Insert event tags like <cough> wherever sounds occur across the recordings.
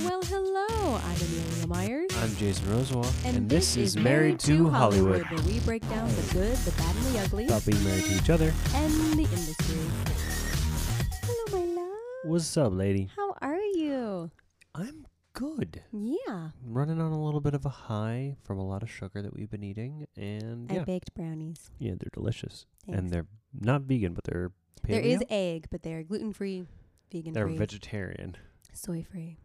hello. I'm Amelia Myers. I'm Jason Rosewall, and, this, is Married to Hollywood. where we break down the good, the bad, and the ugly, About being married to each other. and the industry. Hello, my love. What's up, lady? How are you? I'm good. Yeah, Running on a little bit of a high from a lot of sugar that we've been eating, and I yeah, baked brownies. yeah, they're delicious, Thanks. and they're not vegan, but they're paleo? there is egg, but they're gluten free, vegan they're free, vegetarian. soy free.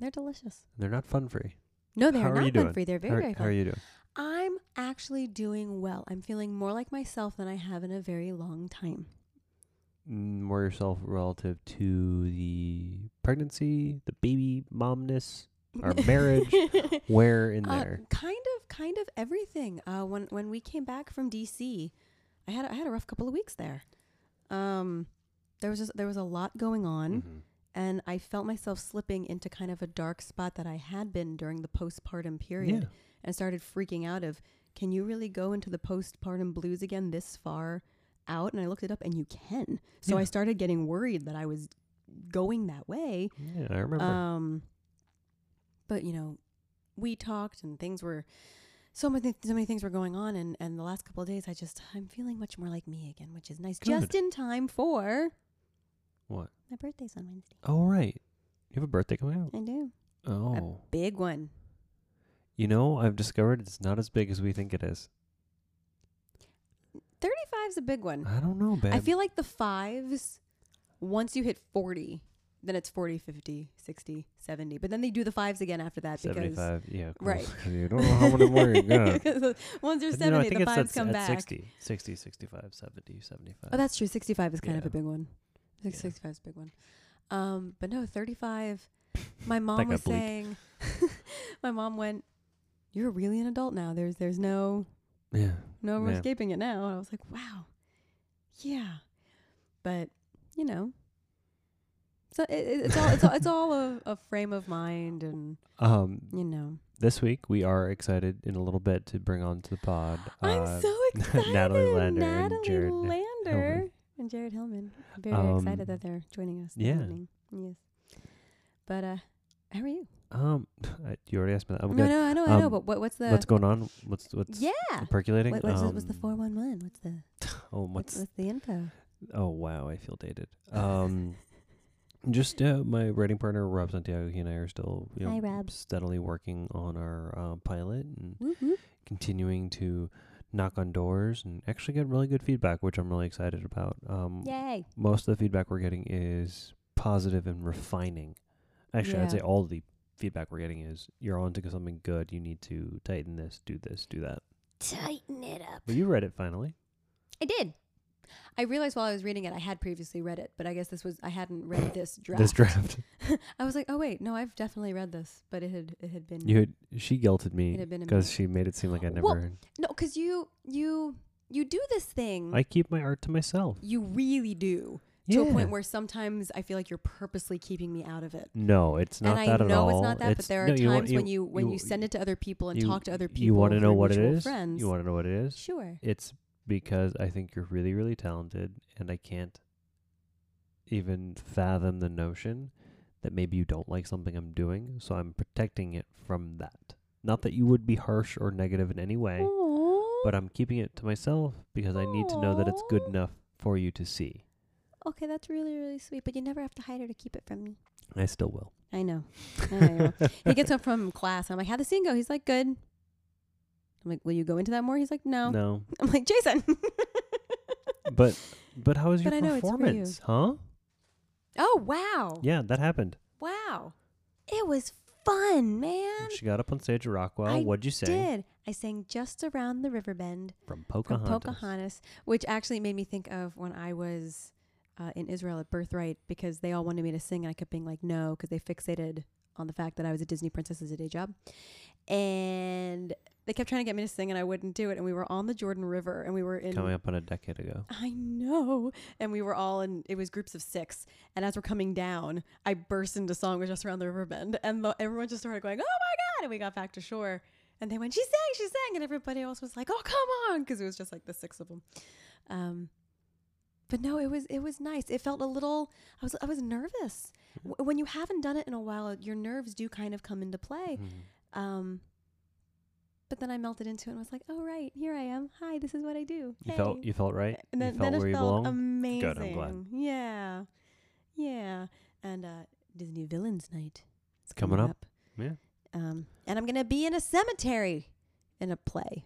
They're delicious. They're not fun free. No, they How are are not you gluten doing? free. They're very, how, are- very how are fun. you doing? I'm actually doing well. I'm feeling more like myself than I have in a very long time. Mm, More yourself relative to the pregnancy, the baby momness, our <laughs> marriage. Where in Uh, there? kind of, kind of everything. Uh, when when we came back from DC, I had I had a rough couple of weeks there. Um, there was just, there was a lot going on, Mhm. and I felt myself slipping into kind of a dark spot that I had been during the postpartum period, Yeah. and started freaking out. Of can you really go into the postpartum blues again this far out? And I looked it up, and you can. So Yeah. I started getting worried that I was going that way, Yeah, I remember. um, but you know, we talked and things were so many so many things were going on, and and the last couple of days, I just I'm feeling much more like me again, which is nice. Just Good. in time for what? my birthday's on Wednesday. Oh right. You have a birthday coming out. I do Oh. big one. You know, I've discovered it's not as big as we think it is. Thirty five's a big one. I don't know, babe. I feel like the fives once you hit forty. Then it's 40, 50, 60, 70. But then they do the fives again after that because. 75. Yeah, of Right. course. <laughs> you don't know Oh, how many more <laughs> you got. 'Cause Once you're And, 70, you know, I the think it's fives at, come at back. 60, 60, 65, 70, 75. Oh, that's true. 65 is kind of Yeah. a big one. Six- Yeah. 65 is a big one. Um, but no, 35. My <laughs> That mom got was bleak. saying, <laughs> my mom went, "You're really an adult now. There's there's no yeah. no Yeah. escaping it now." And I was like, "Wow, yeah." But you know, so it, it, it's all it's all it's all a, a frame of mind, and Um, you know, this week we are excited in a little bit to bring on to the pod. uh, I'm so excited. <laughs> Natalie Lander and Natalie Jared Lander Hillman. and Jared Hillman. I'm very Um, excited that they're joining us. this yeah. evening. Yes. But uh, how are you? um, <laughs> I, you already asked me that. I'm No, good. no, I know, I know. Um, But what, what's the? what's going on? What's what's yeah. percolating? What, what's, the- what's the Um, four one one? What's the? Oh, What's, what's what's the info? Oh wow, I feel <laughs> dated. Um, just uh, my writing partner Rob Santiago. He and I are still you know, Hi, Rob. steadily working on our uh, pilot and Whoop, whoop. continuing to knock on doors and actually get really good feedback, which I'm really excited about. Um, Yay! most of the feedback we're getting is positive and refining. Actually, Yeah. I'd say all the feedback we're getting is you're on to something good. You need to tighten this, do this, do that. Tighten it up. Well, you read it finally. I did. I realized while I was reading it, I had previously read it, but I guess this was I hadn't read this draft. This draft. I was like, oh wait, no, I've definitely read this, but it had it had been You had, she guilted me it had been a because minute. she made it seem like I never. Well, No, because you you you do this thing. I keep my art to myself. you really do Mm-hmm. to a point where sometimes I feel like you're purposely keeping me out of it. no, it's not and I that at all. know it's not that, but there are no, times you want- when you when you, you- send it to other people and you- talk to other people. You want to who know are what it mutual is? Friends. You want to know what it is? sure. It's because I think you're really, really talented, and I can't even fathom the notion that maybe you don't like something I'm doing. So I'm protecting it from that. Not that you would be harsh or negative in any way, but uh, I'm keeping it to myself because I need to know that it's good Aw. enough for you to see. okay, that's really really sweet. But you never have to hide her to keep it from me. I still will. I know. I know. he gets up from class. And I'm like, how the scene go? He's like, good. I'm like, will you go into that more? He's like, no. <laughs> no. I'm like, Jason. But but how was your But I know it's for you. performance? Huh? <laughs> oh wow, Yeah, that happened. wow, it was fun, man. She got up on stage at Rockwell. I What'd you say? did. I sang Just Around the River Bend From from Pocahontas. Pocahontas, which actually made me think of when I was uh, in Israel at Birthright because they all wanted me to sing and I kept being like, no, because they fixated on the fact that I was a Disney princess as a day job. And they kept trying to get me to sing and I wouldn't do it. And we were on the Jordan River and we were in. Coming up on a decade ago. I know. And we were all in, it was groups of six. And as we're coming down, I burst into song with Just Around the River Bend. And the, everyone just started going, oh my God. And we got back to shore. And they went, she sang, she sang. And everybody else was like, oh, come on. Because it was just like the six of them. Um, but no, it was it was nice. It felt a little. I was I was nervous. W- when you haven't done it in a while, your nerves do kind of come into play. Mhm. Um, but then I melted into it and was like, "Oh right, here I am. Hi, this is what I do." You felt Hey. you felt right. And then, you felt then where it you felt um, belong. amazing. Good, I'm glad. Yeah, yeah. And uh, Disney Villains Night. It's Coming up. Yeah. Um, and I'm gonna be in a cemetery in a play.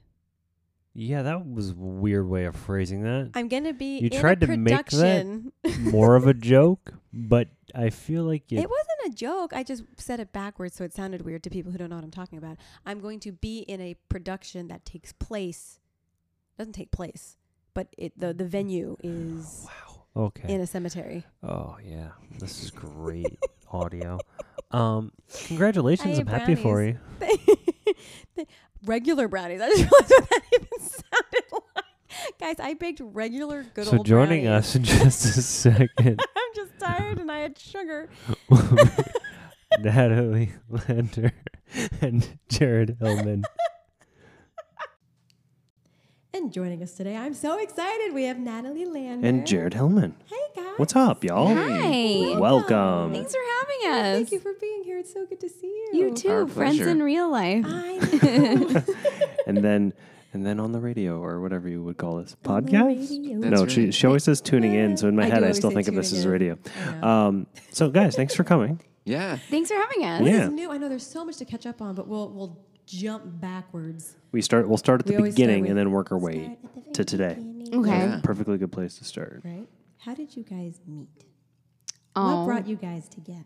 yeah, that was a weird way of phrasing that. I'm gonna be. You in tried a to make that production. <laughs> More of a joke, but I feel like you It wasn't a joke. I just said it backwards, so it sounded weird to people who don't know what I'm talking about. I'm going to be in a production that takes place. Doesn't take place, but it the the venue is wow. Okay. in a cemetery. Oh yeah, this is great <laughs> audio. Um, congratulations! I I'm ate happy for brownies. you. <laughs> regular brownies. I just realized what that <laughs> even sounded like. Guys, I baked regular good so old joining brownies. us in <laughs> just a second, <laughs> I'm just tired and I had sugar. Natalie Lander and Jared Hillman. And joining us today, I'm so excited. We have Natalie Lander. Jared Hillman. Hey guys. up, y'all? Hi. Welcome. Thanks for having Oh, us. Thank you for being here. It's so good to see you. You too. Our Friends pleasure. in real life. I <laughs> know. and then and then on the radio or whatever you would call this On the podcast. radio. That's no, she, right. she always says tuning in, so in I my head do I always still say think of this tuning as in. radio. I know. Um, so guys, thanks <laughs> for coming. Yeah. Thanks for having us. This Yeah. is new. I know there's so much to catch up on, but we'll we'll jump backwards. We start we'll start at We the always start beginning with- and then work our Start way at the very to today. beginning. Okay. Yeah. Perfectly good place to start. Right? How did you guys meet? What Aw. brought you guys together?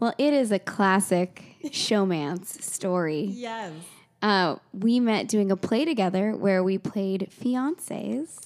Well, it is a classic <laughs> showmance story. Yes. Uh, we met doing a play together where we played fiancés.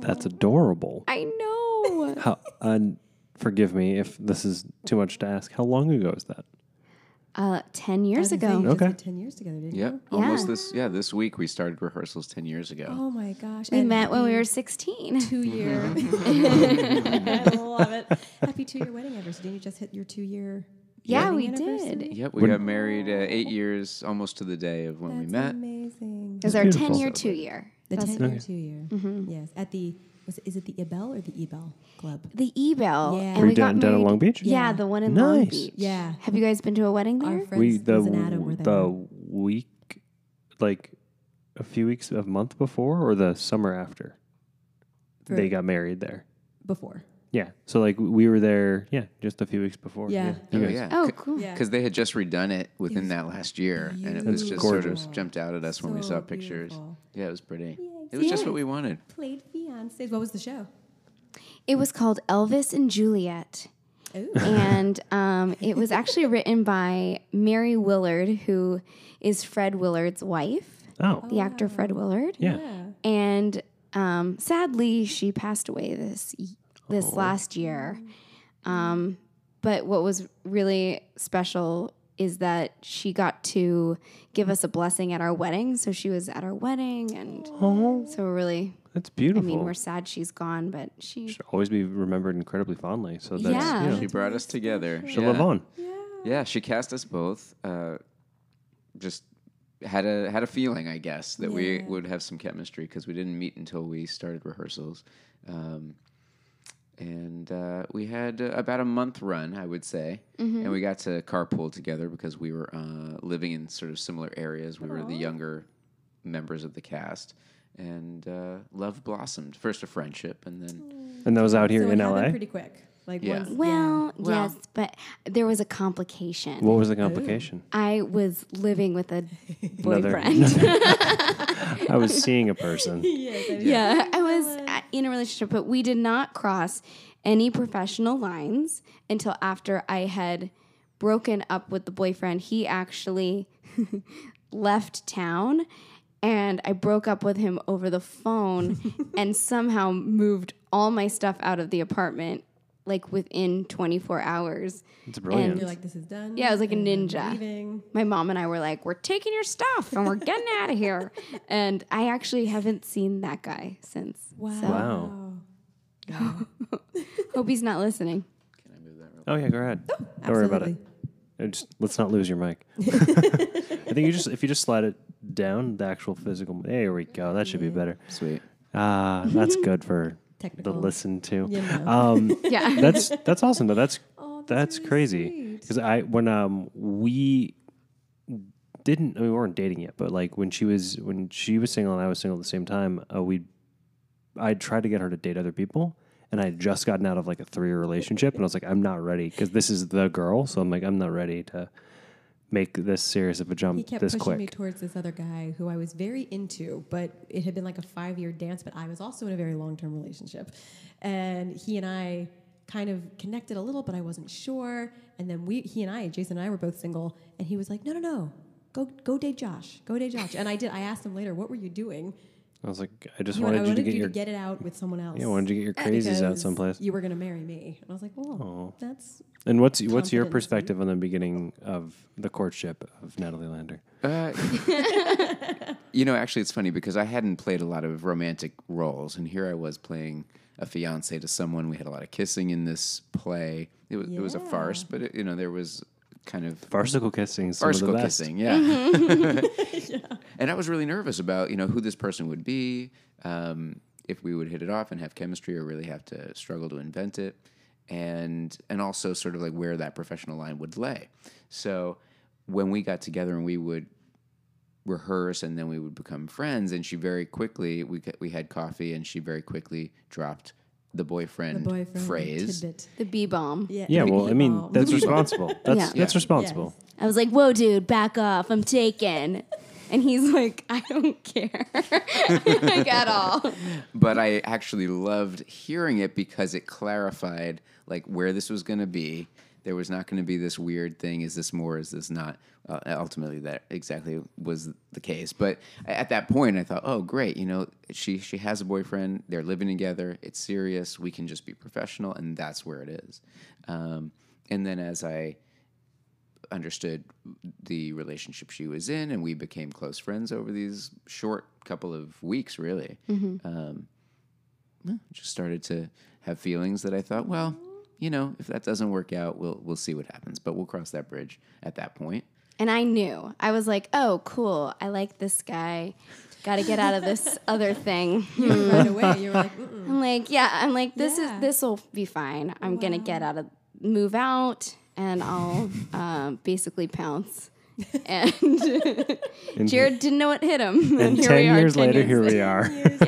That's adorable. I know. How, and forgive me if this is too much to ask. How long ago is that? <laughs> uh, 10 years ago. Okay. Ten years together, didn't Yep. you? Yeah. Almost this. Yeah. This week we started rehearsals ten years ago. Mm-hmm. Oh my gosh. We met when we were 16. two year. Mm-hmm. <laughs> <laughs> I love it. Happy two year wedding anniversary. Didn't you just hit your two year? Yeah, wedding we anniversary? did. Yep. We got married uh, eight years, almost to the day of when That's we met. amazing. It was our Beautiful. 10 year, two year. The That's- ten year, two year. Mm-hmm. Yes, at the was it, is it the Ebel or the Ebel Club? The E Bell. Yeah. And Were Were we you down, got down in married- Long Beach? Yeah, Yeah. the one in Long Nice. Beach. Yeah. Have you guys been to a wedding Our there? friends, we the Liz and Adam were there. the week like a few weeks a month before or the summer after For- they got married there before. yeah so like we were there yeah just a few weeks before Yeah. Oh You guys- yeah. Oh, cool. Yeah. Because they had just redone it within was that last year, and it That's was just gorgeous. sort of jumped out at us when we So saw pictures. beautiful. Yeah, it was pretty. Yay. It was Yes. just what we wanted. Played fiancés. What was the show? It was called Elvis and Juliet. Ooh. and um, it was actually written by Mary Willard, who is Fred Willard's wife, oh the actor Fred Willard. <laughs> yeah, And um, sadly, she passed away this y- this Oh. last year. Um, but what was really special is that she got to give us a blessing at our wedding. So she was at our wedding, and so we're really. that's I Oh. beautiful mean, we're sad she's gone, but she should always be remembered incredibly fondly so that's Yeah. you know, She brought us together. she'll yeah. live on Yeah, she cast us both. Uh, just had a had a feeling, I guess, that we Yeah. would have some chemistry because we didn't meet until we started rehearsals, um, and uh, we had uh, about a month run, I would say, and we got to carpool together because we were uh, living in sort of similar areas. We were the younger members of the cast. And uh, love blossomed first a friendship, and then and that was out here so in it happened la pretty quick. Like Yeah. once, Well, yes, but there was a complication. what was the <laughs> complication I was living with <laughs> a Another- boyfriend. i was seeing a person Yes, I mean, <laughs> yeah, I was uh, in a relationship, but we did not cross any professional lines until after I had broken up with the boyfriend. He actually <laughs> left town and I broke up with him over the <laughs> phone and somehow moved all my stuff out of the apartment like within 24 hours. it's brilliant <laughs> You're like, this is done. Yeah, it was like a and I'm ninja. Leaving. my mom and I were like, we're taking your stuff and we're getting out of here. And I actually haven't seen that guy since. Wow. So hope he's not listening. oh yeah go ahead don't worry about it Uh, just- let's not lose your mic. I think you just if you just slide it down, the actual physical. There we go. That should be better. sweet. Ah, that's good for the technical. listen to. You know. <laughs> Um, <laughs> Yeah. that's that's awesome. though. That's Oh, that's really crazy. sweet. Because I when um we didn't I mean, we weren't dating yet, but like when she was when she was single and I was single at the same time, uh, we I tried to get her to date other people. And I had just gotten out of like a three year relationship, and I was like, I'm not ready because this is the girl. So I'm like, I'm not ready to make this serious of a He jump kept this pushing quick. me towards this other guy who I was very into, but it had been like a five year dance, but I was also in a very long term relationship. And he and I kind of connected a little, but I wasn't sure. And then we he and I, Jason and I were both single, and he was like, No, no, no. Go go date Josh. Go date Josh. And I did I asked him later, what were you doing? I was like, I just He went, wanted, I you to wanted get you your to get it out with someone else. yeah, wanted you to get your crazies out because someplace. You were gonna marry me. And I was like, Well, Aw. that's And what's what's confidence your and- perspective on the beginning of the courtship of Natalie Lander? Uh, <laughs> you know, actually, it's funny because I hadn't played a lot of romantic roles, and here I was playing a fiance to someone. We had a lot of kissing in this play. It was it was a Yeah. farce, but it, you know there was kind of Farcical kissing, some farcical of the best. kissing, yeah. <laughs> And I was really nervous about you know who this person would be, um, if we would hit it off and have chemistry, or really have to struggle to invent it, and and also sort of like where that professional line would lay. So when we got together and we would rehearse and then we would become friends and she very quickly we c- we had coffee and she very quickly dropped the boyfriend, the boyfriend phrase tidbit. The B bomb. Yeah, well, I mean, Meatball. <laughs> that's responsible. That's Yeah. that's responsible. I was like, whoa, dude, back off. I'm taken. And he's like, I don't care. <laughs> like, at all. but I actually loved hearing it because it clarified like where this was going to be. There was not going to be this weird thing. Is this more? Is this not? Uh, ultimately, that exactly was the case. But a- at that point, I thought, oh, great. You know, she she has a boyfriend. They're living together. It's serious. We can just be professional, and that's where it is. Um, and then as I understood the relationship she was in, and we became close friends over these short couple of weeks, really. Um, yeah, just started to have feelings that I thought, well, you know, if that doesn't work out, we'll we'll see what happens, but we'll cross that bridge at that point. And I knew. I was like, oh, cool. I like this guy. Got to get out of this other thing. <laughs> right away. You were like, Mm-mm. I'm like, yeah. I'm like, this Yeah. is this will be fine. I'm gonna get out of move out, and I'll <laughs> um, basically pounce. And And, Jared didn't know what hit him. and <laughs> here ten we are, years 10 later, here we are. years later.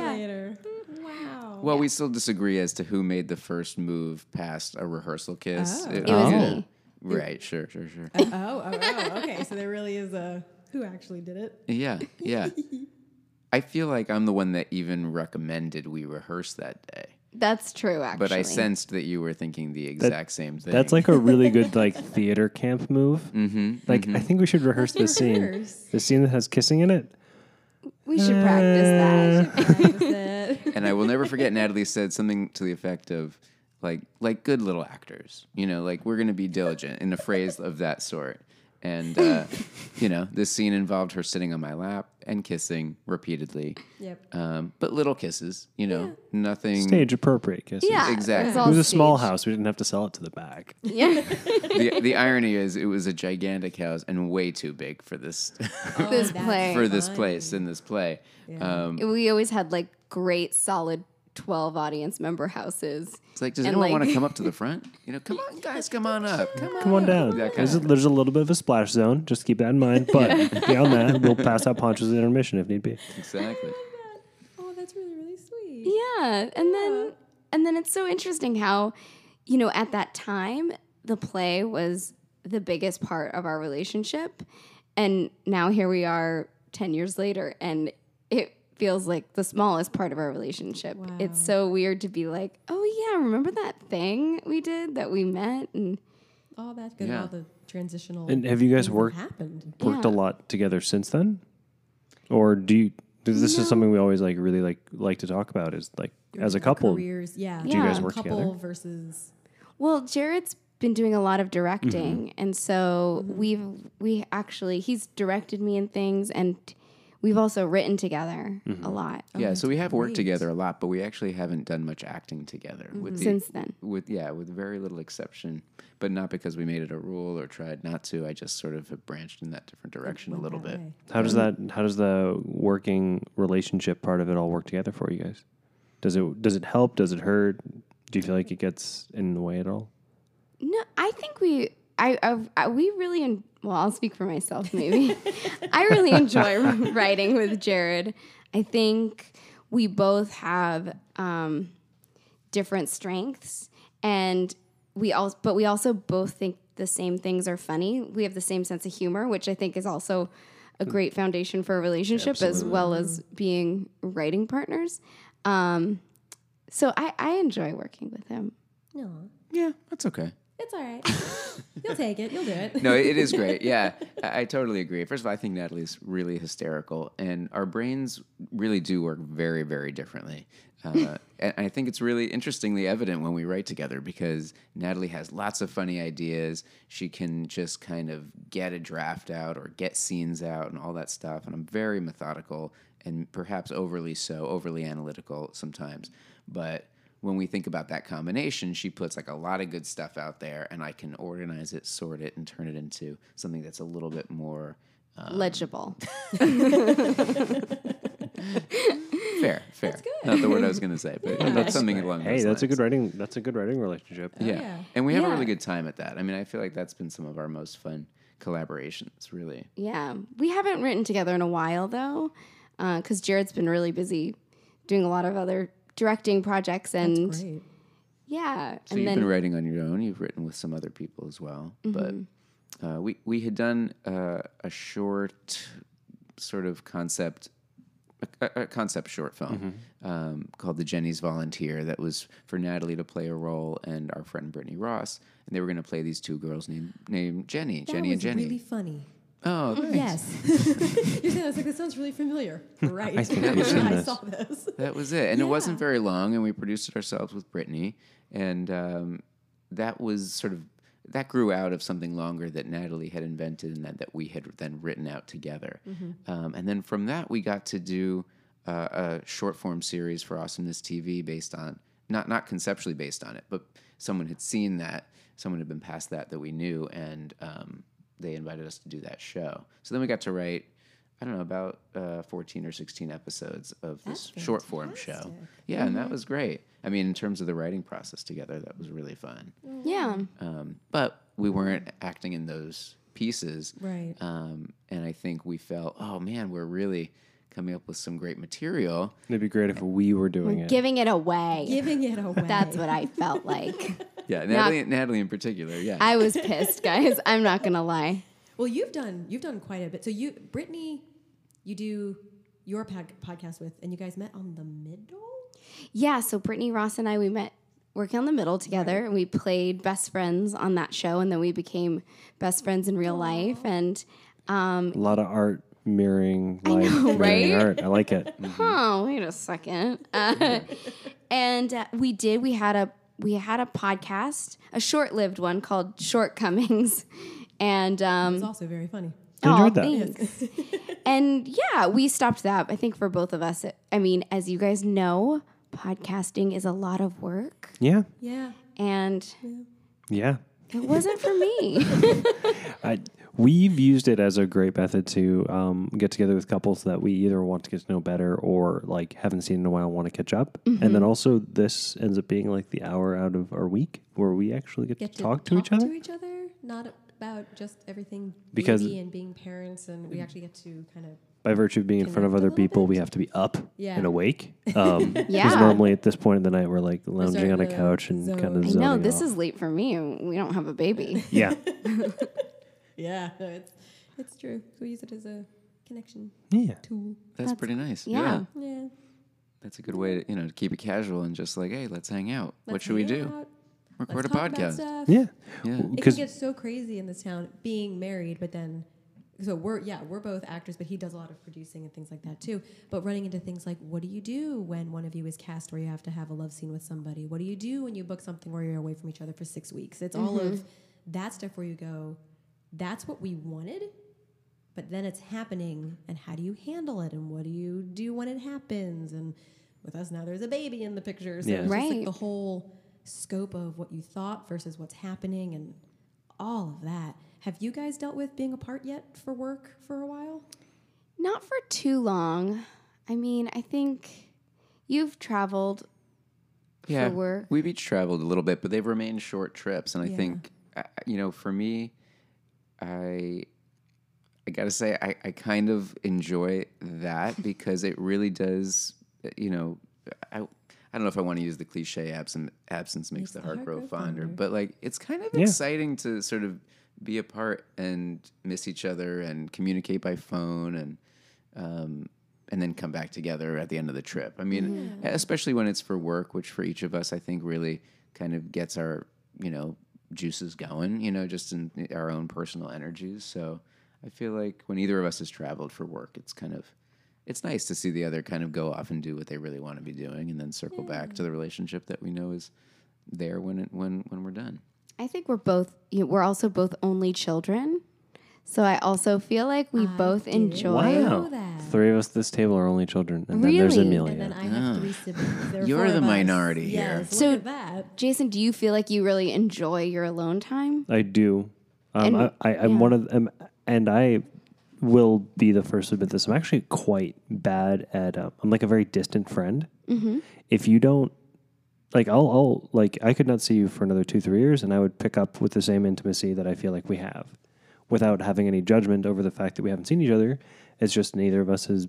Oh, Wow. Well, we still disagree as to who made the first move past a rehearsal kiss. Oh. It was Oh. me. Right, sure, <laughs> sure, sure. oh, oh, oh, okay. So there really is a who actually did it. Yeah, yeah. I feel like I'm the one that even recommended we rehearse that day. That's true, actually. But I sensed that you were thinking the exact same thing. That's like a really good like theater camp move. <laughs> hmm Like I think we should rehearse the scene. Rehearse. The scene that has kissing in it. we should practice that. Uh, and I will never forget Natalie said something to the effect of like like good little actors, you know, like we're going to be diligent in a phrase of that sort. And uh, you know, this scene involved her sitting on my lap and kissing repeatedly. Oh, Yep. Um, but little kisses, you know, nothing Stage appropriate kissing. <laughs> Yeah, <laughs> It Exactly. was, It all was a small staged. house. We didn't have to sell it to the back. <laughs> Yeah, The, the irony is it was a gigantic house and way too big for this this play. for this place in this play. Um, we always had like great, solid twelve audience member houses. it's like, does And, anyone like- want to come up to the front? You know, come on, guys, come <laughs> on up, come on, Come on down. That kind There's a, of- there's a little bit of a splash zone. Just keep that in mind. But beyond that, we'll pass out ponchos at intermission if need be. exactly. Oh, that's really, really sweet. Yeah, and then and then it's so interesting how, you know, at that time the play was the biggest part of our relationship, and now here we are ten years later, and it feels like the smallest part of our relationship. It's Wow. so weird to be like, oh yeah, remember that thing we did that we met, and Oh, that's good. Yeah. All the transitional. And have you things guys that worked- Happened. worked a Yeah. lot together since then, or do you? This is something we always like really like like to talk about is like as a couple. Careers. Yeah. you guys Yeah. work couple together? versus. Well, Jared's been doing a lot of directing, and so we've we actually he's directed me in things, and we've also written together a lot Yeah, so we have worked great. together a lot, but we actually haven't done much acting together. With the, since then. with yeah, with very little exception, but not because we made it a rule or tried not to. I just sort of have branched in that different direction a little bit. How does that? How does the working relationship part of it all work together for you guys? Does it does it help? Does it hurt? Do you feel like it gets in the way at all? No, I think we. I, I've- I we really en- well. I'll speak for myself. Maybe I really enjoy <laughs> writing with Jared. I think we both have um, different strengths, and we all. But we also both think the same things are funny. We have the same sense of humor, which I think is also a great foundation for a relationship, as well as being writing partners. Um, so I, I enjoy working with him. No, Yeah, that's okay. it's all right. You'll take it. You'll do <laughs> it. No, it it is great. Yeah, I, I totally agree. First of all, I think Natalie's really hysterical, and our brains really do work very, very differently. Uh, and I think it's really interestingly evident when we write together because Natalie has lots of funny ideas. She can just kind of get a draft out or get scenes out and all that stuff. And I'm very methodical and perhaps overly so, overly analytical sometimes. But when we think about that combination, she puts like a lot of good stuff out there, and I can organize it, sort it, and turn it into something that's a little bit more Legible. <laughs> fair. Fair. That's good. Not the word I was going to say, <laughs> but Oh, that's something along Hey, those that's a lines. good writing. That's a good writing relationship. Yeah. and we have a Yeah. really good time at that. I mean, I feel like that's been some of our most fun collaborations. Really, Yeah, we haven't written together in a while though, because Jared's been really busy doing a lot of other directing projects and Great. yeah, So and you've then been writing on your own. You've written with some other people as well. Mm-hmm. But uh, we we had done uh, a short sort of concept. A, a- a concept short film um, called The Jenny's Volunteer that was for Natalie to play a role and our friend Brittany Ross and they were going to play these two girls named named Jenny That Jenny and was Jenny really funny. oh thanks. Yes. You're saying that's like, that sounds really familiar. Right. <laughs> I think I've seen this. saw this. That was it. And it wasn't Yeah. very long, and we produced it ourselves with Brittany. And um, that was sort of that grew out of something longer that Natalie had invented and that, that we had then written out together. Um, and then from that, we got to do uh, a short form series for Awesomeness TV based on not not conceptually based on it, but someone had seen that, someone had been past that that we knew, and um, they invited us to do that show. So then we got to write. I don't know about uh, 14 or 16 episodes of this short form show. Yeah, and Mm-hmm. that was great. I mean, in terms of the writing process together, that was really fun. Mm. yeah, Um, but we weren't acting in those pieces. Right. Um, and I think we felt, oh man, we're really coming up with some great material. It'd be great if we were doing it. giving it away. Giving it away. That's what I felt like. Yeah, Natalie, Natalie in particular. Yeah. I was pissed, guys. I'm not gonna lie. Well, you've done you've done quite a bit. So you, Brittany, you do your pod- podcast with, and you guys met on the middle. Yeah, so Brittany Ross and I we met working on the middle together, and we played best friends on that show, and then we became best friends in real life, and A lot of art mirroring life, mirroring right? art. I like it. oh wait a second Uh, <laughs> and uh, we did we had a we had a podcast a short-lived one called shortcomings <laughs> and It's um also very funny. I enjoyed aw, that. thanks. <laughs> and yeah we stopped that i think for both of us i mean as you guys know podcasting is a lot of work Yeah, Yeah. and yeah. it wasn't <laughs> for me I, we've used it as a great method to um, get together with couples that we either want to get to know better or like haven't seen in a while want to catch up. And Mm-hmm. then also this ends up being like the hour out of our week where we actually get, Get to, talk, to each other. To each other, not about just everything Because- because and being parents, and Mm. we actually get to kind of By virtue of being in front of Connect a other little people, bit. we have to be up Yeah. and <laughs> awake. Um, Because Yeah. normally at this point in the night, we're like Reserve lounging on a the couch and zone. kind of I i zoning know this off. is late for me we don't have a baby <laughs> Yeah. <laughs> yeah. no, it's it's true. We use it as a connection Yeah. tool. that's, pretty nice. yeah. Yeah. That's a good way to, you know, to keep it casual and just like, hey, let's hang out. what Let's should we hang do? out. Let's Record a talk about podcast. stuff. Yeah. Yeah. It can Because get so crazy in this town being married, but then so we're yeah we're both actors, but he does a lot of producing and things like that too. But running into things like what do you do when one of you is cast where you have to have a love scene with somebody? What do you do when you book something where you're away from each other for six weeks? It's all of that stuff where you go, that's what we wanted, but then it's happening, and how do you handle it, and what do you do when it happens? And with us now, there's a baby in the picture, so Yeah. it's just Right. like the whole scope of what you thought versus what's happening, and all of that. Have you guys dealt with being apart yet for work for a while? Not for too long. I mean, I think you've traveled yeah, for work. We've each traveled a little bit, but they've remained short trips. And I Yeah. think, uh, you know, for me, I, I gotta say, I, I kind of enjoy that <laughs> because it really does, uh, you know, I, I don't know if I want to use the cliche absence, absence makes, the heart grow fonder, but like it's kind of exciting to sort of be apart and miss each other and communicate by phone and, um, and then come back together at the end of the trip. I mean, Mm-hmm. e, especially when it's for work, which for each of us, I think really kind of gets our, you know, juices going, you know, just in our own personal energies. So I feel like when either of us has traveled for work, it's kind of, it's nice to see the other kind of go off and do what they really want to be doing and then circle back to the relationship that we know is there when it, when when we're done. I think we're both you know, we're also both only children. So I also feel like we both enjoy Wow. that. Three of us at this table are only children. And then there's Really? Amelia. And then I have three siblings. There are You're four the of us. minority yes, here. Look So- at that. Jason, do you feel like you really enjoy your alone time? I do. Um, And- I, I, I'm yeah. one of them, and I will be the first to admit this. I'm actually quite bad at. Um, I'm like a very distant friend. Mm-hmm. If you don't like, I'll, I'll like, I could not see you for another two, three years, and I would pick up with the same intimacy that I feel like we have, without having any judgment over the fact that we haven't seen each other. It's just neither of us has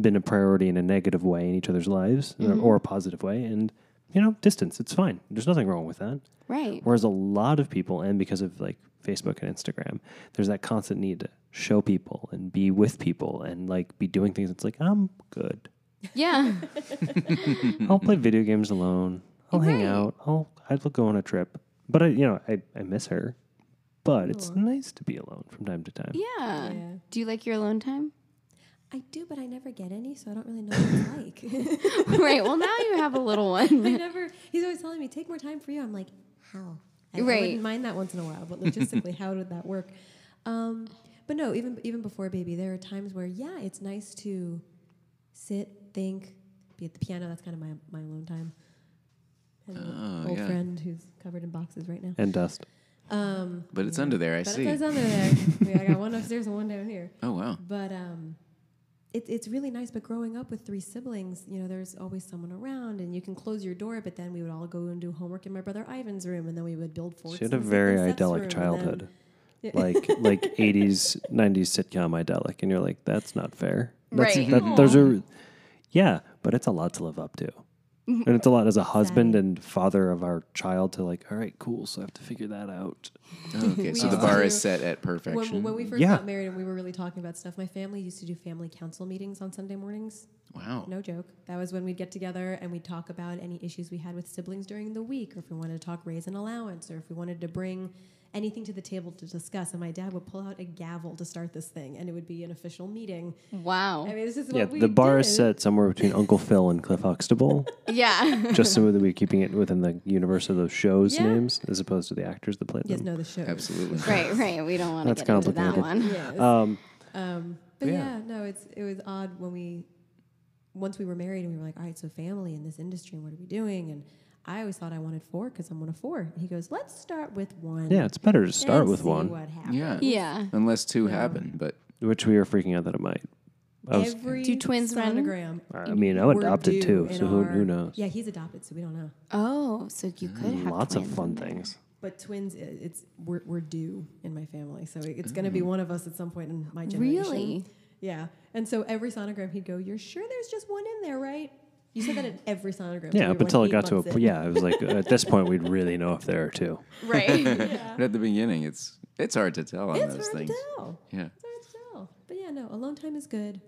been a priority in a negative way in each other's lives, Mm-hmm. or, or a positive way, and you know, distance. It's fine. There's nothing wrong with that. <laughs> Right. Whereas a lot of people, and because of like Facebook and Instagram, there's that constant need to show people and be with people and like be doing things. It's like I'm good. <laughs> Yeah. I'll play video games alone. I'll hang Right. out. I'll I'll go on a trip. But I, you know, I, I miss her. But it's nice to be alone from time to time. yeah. Yeah. Do you like your alone time? <laughs> I do, but I never get any, so I don't really know <laughs> what it's like. right. Well, now you have a little one. <laughs> I <laughs> never. He's always telling me, "Take more time for you." I'm like, how? I, I Right. wouldn't mind that once in a while, <laughs> but logistically, how would that work? Um, but no, even even before baby, there are times where yeah, it's nice to sit, think, be at the piano. That's kind of my my alone time. And an Oh, old yeah. friend who's covered in boxes right now. And dust. Um, But it's under there, I but it see. says under there. Yeah, I got <laughs> one upstairs and one down here. <laughs> Oh wow. But um, it, it's really nice. But growing up with three siblings, you know, there's always someone around, and you can close your door. But then we would all go and do homework in my brother Ivan's room, and then we would build forts. She had in a Stephen very Seth's room, idyllic and <laughs> childhood. then- Yeah. <laughs> Like like 80s 90s sitcom idyllic and you're like that's not fair. That's, Right. That, those are Mm-hmm. Yeah, but it's a lot to live up to. And it's a lot as a husband and father of our child to like all right cool so I have to figure that out. Oh, okay, so We used the bar to- is set at perfection. when, when we first Yeah. got married and we were really talking about stuff, my family used to do family council meetings on Sunday mornings. wow. No joke. That was when we'd get together and we'd talk about any issues we had with siblings during the week, or if we wanted to talk raise an allowance, or if we wanted to bring anything to the table to discuss. And my dad would pull out a gavel to start this thing, and it would be an official meeting. I Wow. mean, this is Yeah, what we the bar did. is set somewhere between Uncle Phil and Cliff Huxtable Yeah. <laughs> just so that we're keeping it within the universe of those shows Yeah. names as opposed to the actors that played Yes, them. no, the show. <laughs> Absolutely. right. Right. We don't want to That's get into that complicated. one. Yes. Um Um, but Yeah. yeah. no, it's it was odd when we once we were married and we were like, all right, so family in this industry, what are we doing? And I always thought I wanted four because I'm one of four. And he goes, let's start with one. yeah, it's better to start and with see one, What happens. Yeah. Yeah. Unless two happen, but which we were freaking out that it might. I was Every Do twins run? sonogram. I mean, I'm we're adopted due too, in so who- our- who knows? Yeah, he's adopted, so we don't know. Oh, so you could have Mm, lots of twins in fun there. things. But twins, i- it's we're, we're due in my family, so it- it's going to Mm-hmm. be one of us at some point in my generation. Really? Yeah. And so every sonogram, he'd go, "You're sure there's just one in there, right?" You said that at every sonogram. so we Yeah, up were, like, until eight it got to a months point. in. Yeah, it was like uh, at this point we'd really know if there are <laughs> two. Right. but at the beginning, it's it's hard to tell on It's those hard things. to tell. Yeah. It's hard to tell. But yeah, no, alone time is good.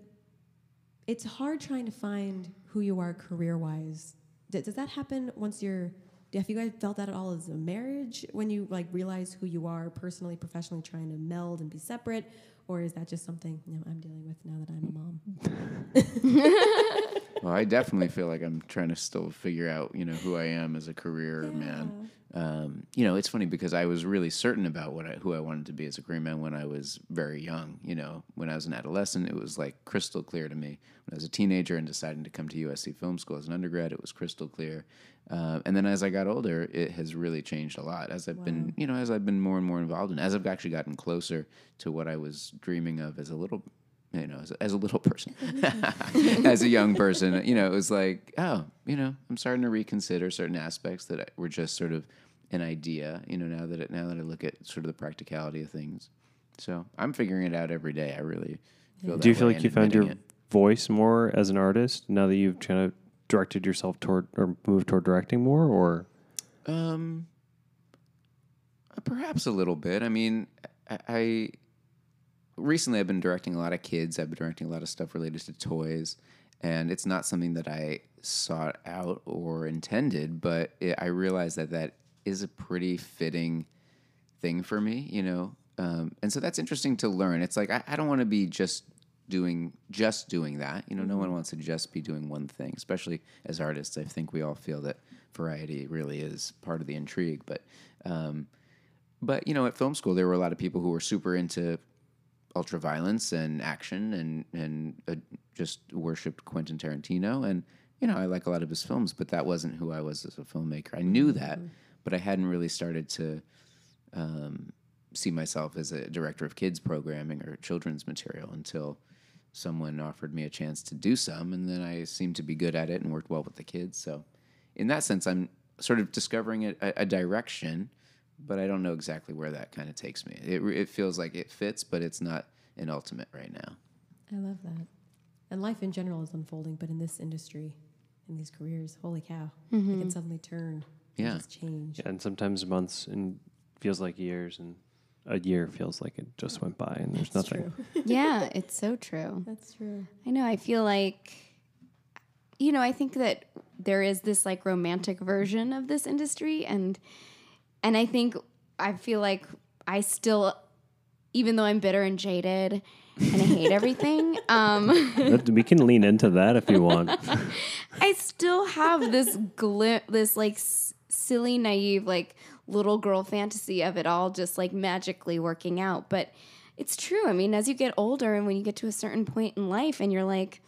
It's hard trying to find who you are career wise. does that happen once you're? Have you guys felt that at all as a marriage when you like realize who you are personally, professionally, trying to meld and be separate, or is that just something you know, I'm dealing with now that I'm a mom? Well, I definitely feel like I'm trying to still figure out, you know, who I am as a career man. Um, you know, it's funny because I was really certain about what I, who I wanted to be as a career man when I was very young. You know, when I was an adolescent, it was like crystal clear to me. When I was a teenager and deciding to come to USC Film School as an undergrad, it was crystal clear. Uh, and then as I got older, it has really changed a lot. As I've been, you know, as I've been more and more involved in, as I've actually gotten closer to what I was dreaming of as a little you know, as, as a little person, <laughs> as a young person, you know, it was like, oh, you know, I'm starting to reconsider certain aspects that I- were just sort of an idea, you know, now that it, now that I look at sort of the practicality of things. So I'm figuring it out every day. I really feel that Do you feel way like and you found admitting your it. voice more as an artist now that you've kind of directed yourself toward or moved toward directing more? Or Um, uh, perhaps a little bit. I mean, I, I recently I've been directing a lot of kids. I've been directing a lot of stuff related to toys, and it's not something that I sought out or intended, but it, I realized that that is a pretty fitting thing for me, you know. Um, and so that's interesting to learn. It's like I, I don't want to be just doing just doing that. You know, no one wants to just be doing one thing, especially as artists. I think we all feel that variety really is part of the intrigue. But um, but you know, at film school, there were a lot of people who were super into ultra violence and action and and uh, just worshipped Quentin Tarantino and you know I like a lot of his films but that wasn't who I was as a filmmaker I knew that but I hadn't really started to um, see myself as a director of kids programming or children's material until someone offered me a chance to do some and then I seemed to be good at it and worked well with the kids so in that sense I'm sort of discovering a, a a direction but I don't know exactly where that kind of takes me. It, it feels like it fits, but it's not an ultimate right now. I love that. And life in general is unfolding, but in this industry, in these careers, holy cow, it can suddenly turn. and Yeah. Just change. and sometimes months and feels like years, and a year feels like it just went by, and there's That's nothing. true. <laughs> yeah, it's so true. That's true. I know. I feel like, you know, I think that there is this like romantic version of this industry, and and I think I feel like I still, even though I'm bitter and jaded, and I hate everything, um, That- we can lean into that if you <laughs> want. I still have this glim, this like s- silly, naive, like little girl fantasy of it all just like magically working out, but. It's true. I mean, as you get older and when you get to a certain point in life and you're like,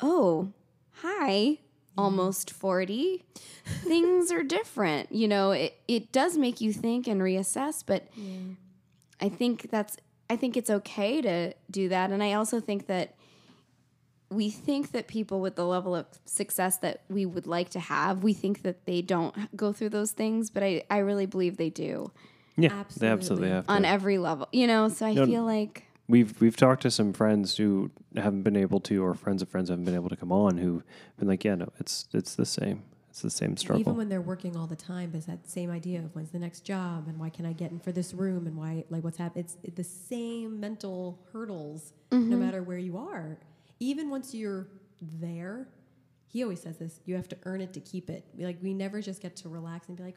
oh, hi, almost 40. Things are different. You know, it, it does make you think and reassess, but I think that's, I think it's okay to do that. And I also think that we think that people with the level of success that we would like to have, we think that they don't go through those things, but I, I really believe they do Yeah, they Absolutely. absolutely have to. on every level, you know? So I No, feel like, we've we've talked to some friends who haven't been able to, or friends of friends haven't been able to come on, who've been like, yeah, no, it's it's the same, it's the same struggle. Even when they're working all the time, there's that same idea of when's the next job and why can I get in for this room and why, like, what's happening. It's the same mental hurdles no matter where you are. Even once you're there, he always says this you have to earn it to keep it. We, Like, we never just get to relax and be like,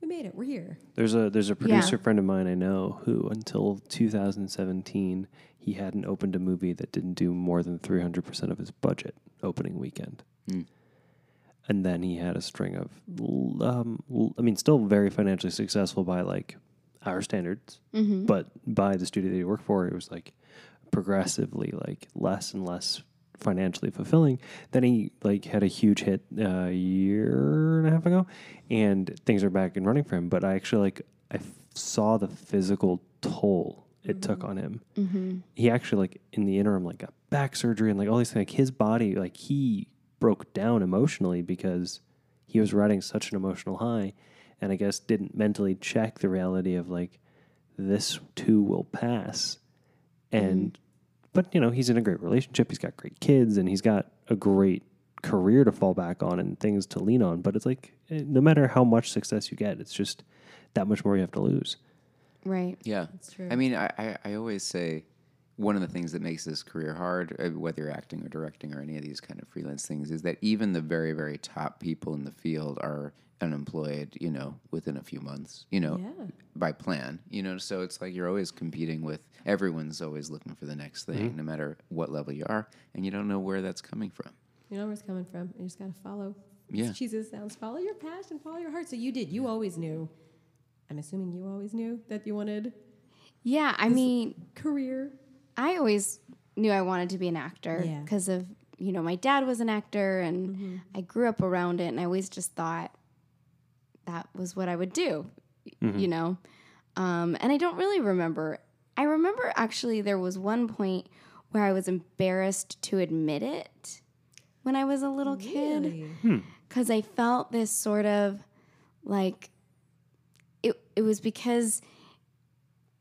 we made it, we're here. There's a there's a producer friend of mine I know who until 2017 he hadn't opened a movie that didn't do more than 300 percent of his budget opening weekend, Mm. and then he had a string of l- um, l- I mean still very financially successful by like our standards, but by the studio that he worked for it was like progressively like less and less financially fulfilling. Then he like had a huge hit uh, a year and a half ago, and things are back and running for him. But I actually like I f- saw the physical toll it took on him. He actually like in the interim like got back surgery and like all these things. Like his body like he broke down emotionally because he was riding such an emotional high, and I guess didn't mentally check the reality of like this too will pass and but you know he's in a great relationship he's got great kids and he's got a great career to fall back on and things to lean on but it's like eh, no matter how much success you get it's just that much more you have to lose right. Yeah. That's true. I mean, I, I, I always say one of the things that makes this career hard, uh, whether you're acting or directing or any of these kind of freelance things, is that even the very, very top people in the field are unemployed, you know, within a few months, you know, Yeah. by plan, you know. So it's like you're always competing with everyone's always looking for the next thing, no matter what level you are, and you don't know where that's coming from. You know where it's coming from. You just got to follow. Yeah. Jesus sounds follow your passion, follow your heart. So you did. You always knew. I'm assuming you always knew that you wanted Yeah. I mean, career. I always knew I wanted to be an actor Yeah. Mm-hmm. because of you know my dad was an actor and I grew up around it and I always just thought that was what I would do, y- you know. Um, and I don't really remember. I remember actually there was one point where I was embarrassed to admit it when I was a little kid Really? because I felt this sort of like it it was because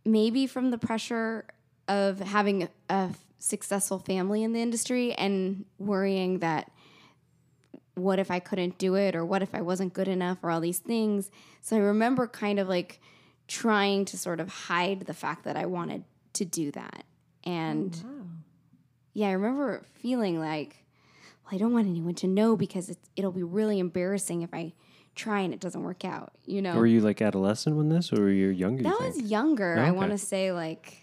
maybe from the pressure of having a, a successful family in the industry and worrying that what if I couldn't do it or what if I wasn't good enough or all these things. So I remember kind of like trying to sort of hide the fact that I wanted to do that. And Wow. yeah, I remember feeling like, well, I don't want anyone to know because it's, it'll be really embarrassing if I try and it doesn't work out, you know? Were you like adolescent when this, or were you younger? you that think? was younger. I Okay. want to say like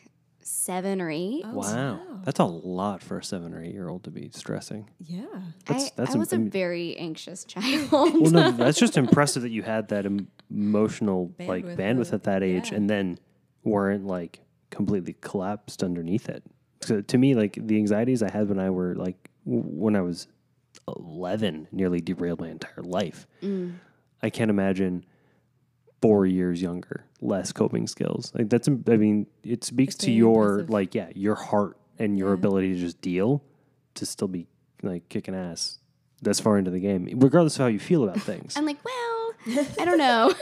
seven or eight. Oh, Wow. That's a lot for a seven or eight year old to be stressing. Yeah. That's, I, that's I was a im- very anxious <laughs> child. well, no, that's just impressive that you had that em- emotional like Bandwidth bandwidth of- at that age, yeah. and then weren't like completely collapsed underneath it. So to me, like the anxieties I had when I were like w- when I was eleven, nearly derailed my entire life. Mm. I can't imagine four years younger, less coping skills. Like that's, im- I mean, it speaks to very your impressive. like, yeah, your heart and your ability to just deal, to still be like kicking ass this far into the game, regardless of how you feel about things. I'm like, well, I <laughs> don't know.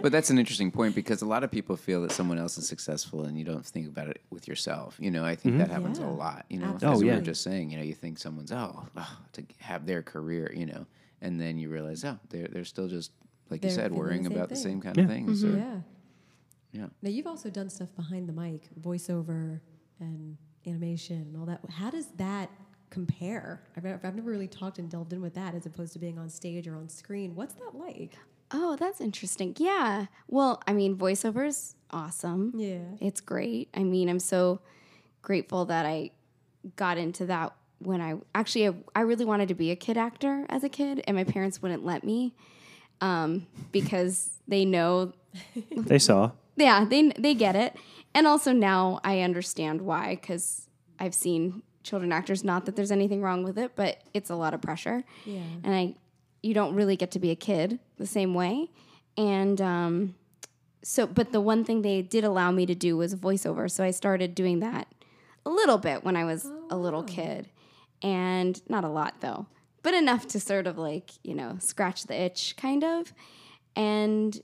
But that's an interesting point because a lot of people feel that someone else is successful and you don't think about it with yourself. You know, I think that happens Yeah. a lot. You know, Oh, as we yeah. were just saying, you know, you think someone's oh, oh, to have their career, you know, and then you realize oh, they're they're still just like They're you said feeling the worrying same about the thing. same kind of things. or- Yeah. yeah. Now you've also done stuff behind the mic, voiceover and animation and all that. How does that compare? I've never, I've never really talked and delved in with that as opposed to being on stage or on screen. What's that like? oh, that's interesting. Yeah. Well, I mean, voiceover's awesome. Yeah. It's great. I mean, I'm so grateful that I got into that when I actually I, I really wanted to be a kid actor as a kid, and my parents wouldn't let me um, because they know, they saw. yeah, they they get it, and also now I understand why because I've seen children actors. Not that there's anything wrong with it, but it's a lot of pressure Yeah. and I you don't really get to be a kid the same way. And um, so, but the one thing they did allow me to do was voiceover, so I started doing that a little bit when I was a little kid, and not a lot though, but enough to sort of like you know scratch the itch, kind of, and.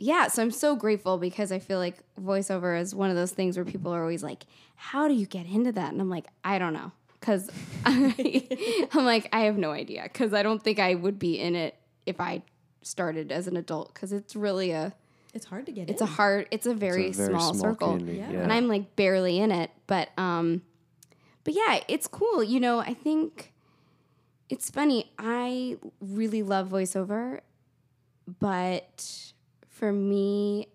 Yeah, so I'm so grateful because I feel like voiceover is one of those things where people are always like, "How do you get into that?" And I'm like, "I don't know," because <laughs> I'm like, I have no idea because I don't think I would be in it if I started as an adult because it's really a It's hard to get it's a in. hard it's a very, It's a very small, circle community, Yeah. Yeah. and i'm like barely in it but um but yeah it's cool you know i think it's funny i really love voiceover but for me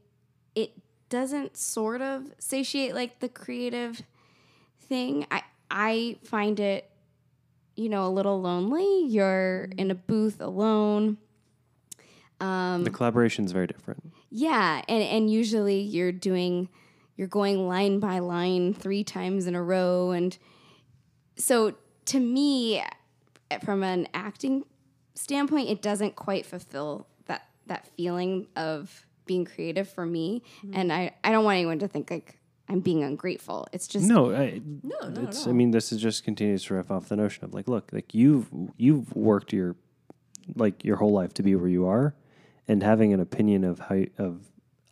it doesn't sort of satiate like the creative thing i i find it you know a little lonely you're in a booth alone um the collaboration is very different. yeah, and and usually you're doing you're going line by line 3 times in a row and so to me from an acting standpoint it doesn't quite fulfill that that feeling of being creative for me and I I don't want anyone to think like I'm being ungrateful. It's just No, I, No, not at it's, I all. mean, this is just continues to riff off the notion of like, look, like you've you've worked your like your whole life to be where you are, and having an opinion of how you- of